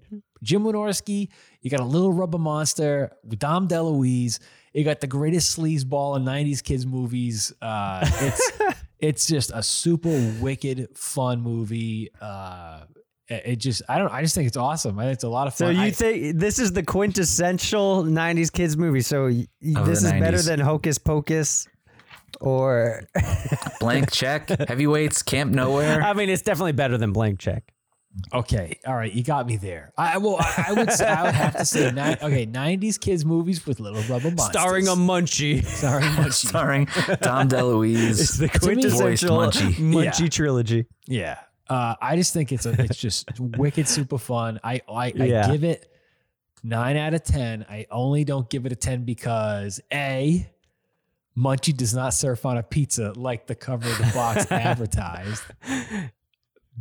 Jim Wynorski. You got a little rubber monster with Dom DeLuise. You got the greatest sleazeball in '90s kids movies. Uh, it's it's just a super wicked fun movie. Uh, it it just I don't I just think it's awesome. I think it's a lot of so fun. you I- think this is the quintessential '90s kids movie? So y- y- Of the this is better 90s. than Hocus Pocus, or Blank check. Heavyweights. Camp Nowhere. I mean, it's definitely better than Blank Check. Okay, all right, you got me there. I I- well, I, I would say I would have to say ni- okay, '90s kids movies with little rubber monsters, Starring a munchie. starring Munchie. Starring Tom It's DeLuise. the quintessential voiced Munchie, Munchie. Yeah. trilogy. Yeah, uh, I just think it's a, it's just wicked, super fun. I I, Yeah. I give it nine out of ten. I only don't give it a ten because a Munchie does not surf on a pizza like the cover of the box advertised.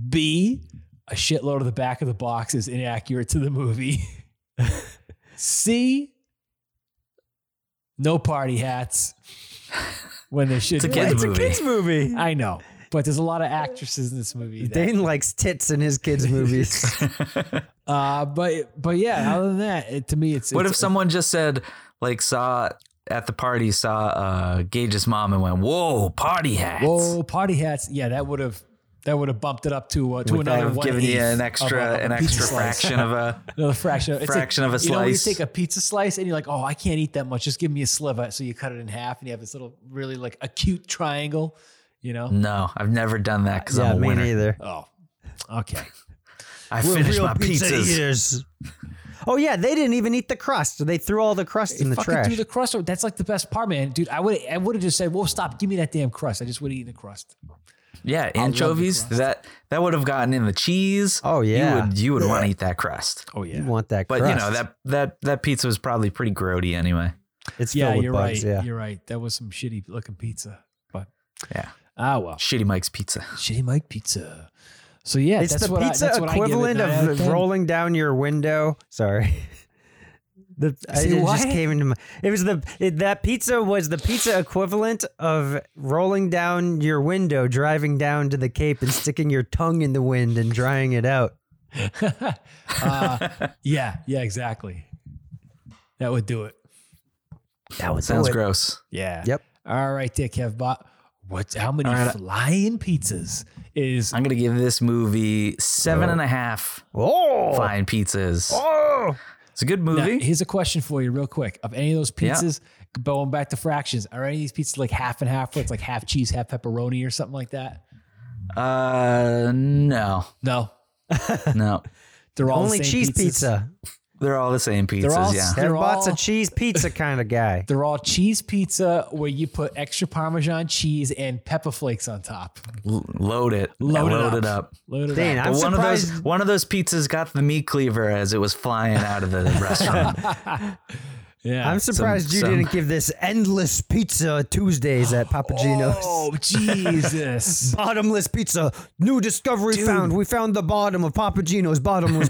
B a shitload of the back of the box is inaccurate to the movie. C no party hats when they should. It's a be. kids it's movie. a kids movie. I know, but there's a lot of actresses in this movie. Uh, that- Dane likes tits in his kids movies. Uh, but but yeah, other than that, it, to me, it's What it's- if someone just said, like, saw at the party, saw uh, Gage's mom and went, "Whoa, party hats!" Whoa, oh, party hats! Yeah, that would have that would have bumped it up to uh, to Would that another have one. given you eighth an of extra, a- of a an pizza extra slice. fraction of a? Another fraction, it's fraction of a You know, when you slice. take a pizza slice and you're like, oh, I can't eat that much. Just give me a sliver. So you cut it in half, and you have this little really like acute triangle. You know? No, I've never done that because yeah, I'm a me winner. neither. Oh, Mm. okay. I finished my pizzas. eaters. Oh yeah, they didn't even eat the crust. They threw all the crust in the fucking trash. threw the crust. Over. That's like the best part, man, dude. I would I would have just said, well, stop. Give me that damn crust. I just would have eaten the crust. Yeah, anchovies. That that would have gotten in the cheese. Oh, yeah. you would you would want to eat that crust. Oh yeah. you want that But crust? you know that that that pizza was probably pretty grody anyway. it's yeah, filled with you're bugs. right. Yeah, You're right. That was some shitty looking pizza. But Yeah, ah well. shitty Mike's pizza. Shitty Mike pizza. So yeah, it's that's the what I, pizza that's what I give it, equivalent nine out of 10. rolling down your window. Sorry. The, I, See, it what? just came into my. It was the it, that pizza was the pizza equivalent of rolling down your window, driving down to the Cape, and sticking your tongue in the wind and drying it out. Uh, yeah, yeah, exactly. That would do it. That would Sounds do it. gross. Yeah. Yep. All right, Dick Kevbot. What's how many All right. flying pizzas is I'm gonna give this movie seven and a half Oh, flying pizzas. oh, It's a good Now, movie. here's a question for you, real quick. Of any of those Yeah. pizzas, going back to fractions, are any of these pizzas like half and half, where it's like half cheese, half pepperoni, or something like that? Uh, no, No, no, they're all the only same cheese pizzas. pizza. they're all the same pizzas. all yeah, They're Herbot's all- a cheese pizza kind of guy. They're all cheese pizza where you put extra Parmesan cheese and pepper flakes on top. L- load it, Load, load it, it up. Load it Dane, up. I'm But one of surprised. those one of those pizzas got the meat cleaver as it was flying out of the restaurant. Yeah. I'm surprised you some- didn't give this endless pizza Tuesdays at Papagino's. oh Jesus! Bottomless pizza. New discovery found. We found the bottom of Papagino's bottomless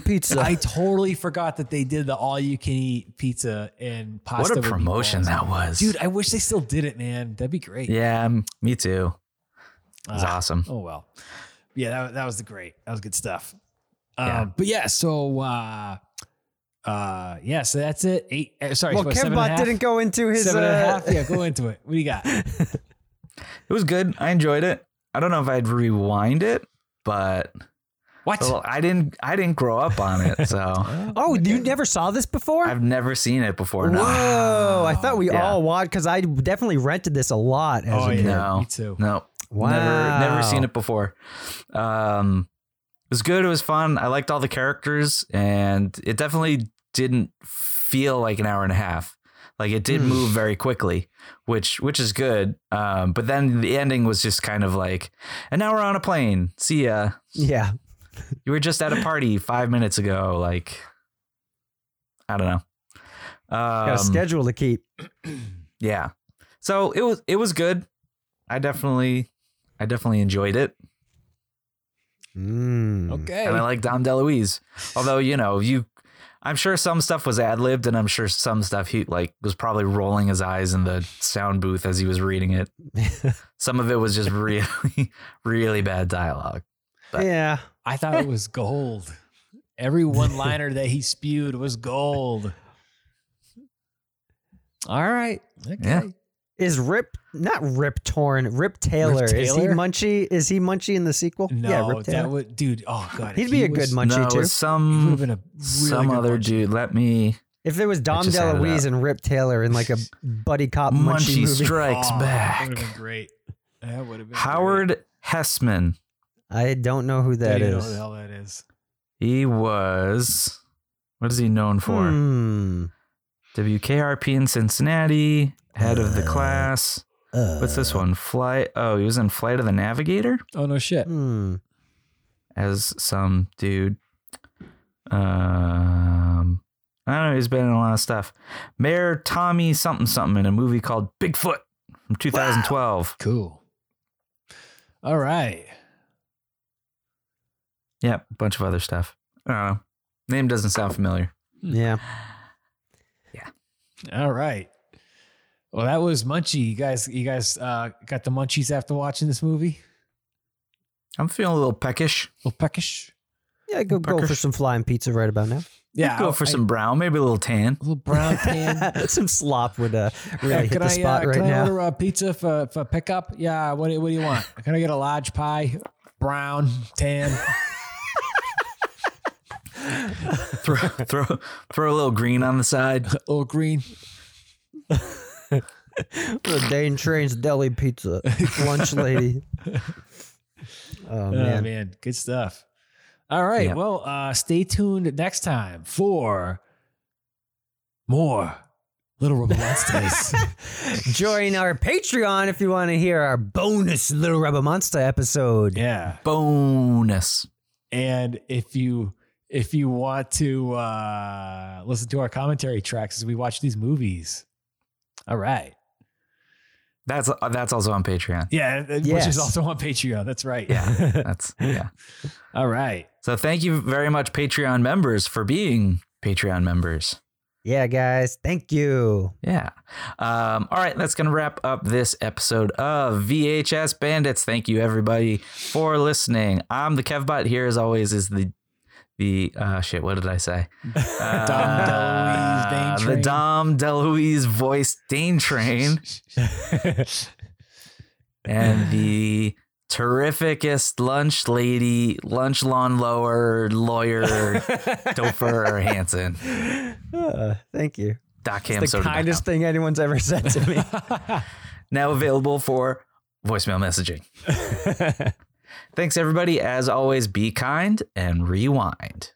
pizza. I totally forgot that they did the all-you-can-eat pizza and pasta. what a with promotion meatballs. that was, dude! I wish they still did it, man. That'd be great. Yeah, m- me too. It was Ah. awesome. Oh well. Yeah, that, that was the great. That was good stuff. Yeah. but yeah, so uh, uh, yeah, so that's it. Eight. uh, sorry, Well, what, Ken seven and a Bott half? didn't go into his, Seven and a uh, half? Yeah, go into it. What do you got? It was good. I enjoyed it. I don't know if I'd rewind it, but what? I didn't. I didn't grow up on it, so Oh, you never saw this before? I've never seen it before. No. Whoa! I thought we Yeah. Oh, all watched because I definitely rented this a lot. As a kid. No, No, Wow. never, never seen it before. Um, it was good. It was fun. I liked all the characters, and it definitely didn't feel like an hour and a half. Like it did Hmm. move very quickly, which which is good. Um, but then the ending was just kind of like, and now we're on a plane. See ya. Yeah. You were just at a party five minutes ago. Like, I don't know. Um, Got a schedule to keep. yeah. So it was it was good. I definitely I definitely enjoyed it. Okay. And I like Dom DeLuise. Although, you know, you I'm sure some stuff was ad-libbed and I'm sure some stuff he like was probably rolling his eyes in the sound booth as he was reading it. Hmm. some of it was just really really bad dialogue. yeah. I thought it was gold. Every one liner that he spewed was gold. All right. Okay. Yeah. Is Rip not Rip Torn? Rip Taylor. Is he Taylor? Munchie? Is he Munchie in the sequel? No, yeah, Rip Taylor. that would, dude. Oh god, He'd if be he a good was- Munchie no, it too. was He some would've been a really some good other Munchie. dude. Let me if there was Dom just added DeLuise up. and Rip Taylor in like a buddy cop Munchie, Munchie movie, Strikes Oh, That Back. would have been great. That would have been. Howard Hessman. I don't know who Great. I that don't even know who the is. hell that is. He was what is he known for? Hmm. WKRP in Cincinnati, head of the class. What's this one? Flight. Oh, he was in Flight of the Navigator Oh no shit. Hmm. as some dude. Um, I don't know. He's been in a lot of stuff. Mayor Tommy something something in a movie called Bigfoot from 2012. Cool. All right. Yeah, a bunch of other stuff. I don't know. Name doesn't sound familiar. Yeah. All right. Well, that was Munchie. You guys, you guys uh, got the munchies after watching this movie. I'm feeling a little peckish. A little peckish. Yeah, go go Parker. for some flying pizza right about now. Yeah. Go for I- some brown, maybe a little tan. a little brown pan. some slop would uh, really Yeah, hit can the I, spot uh, right can I now. order a pizza for, for pickup? Yeah. What do, what do you want? Can I get a large pie? Brown, tan. throw throw throw a little green on the side. little green. the Dane Train's Deli Pizza lunch lady. Oh Oh, man. man. good stuff. All right. Yeah. Well, uh, stay tuned next time for more Little Rebel Wednesdays. Join our Patreon if you want to hear our bonus Little Rubber Monster episode. yeah. Bonus. And if you if you want to uh, listen to our commentary tracks as we watch these movies, all right. That's uh, that's also on Patreon. Yeah, which Yes. is also on Patreon. That's right. Yeah, that's yeah. all right. So thank you very much, Patreon members, for being Patreon members. Yeah, guys. Thank you. Yeah. Um, all right, that's going to wrap up this episode of VHS Bandits. Thank you everybody for listening. I'm the Kevbot. Here, as always, is the the uh, shit. What did I say? Uh, DeLuise Dane Train. The Dom DeLuise voice Dane Train. and the terrificest lunch lady, lunch lawn lower lawyer, Topher Hansen. Uh, thank you. Doc It's Ham the kindest thing anyone's ever said to me. now available for voicemail messaging. Thanks, everybody. As always, be kind and rewind.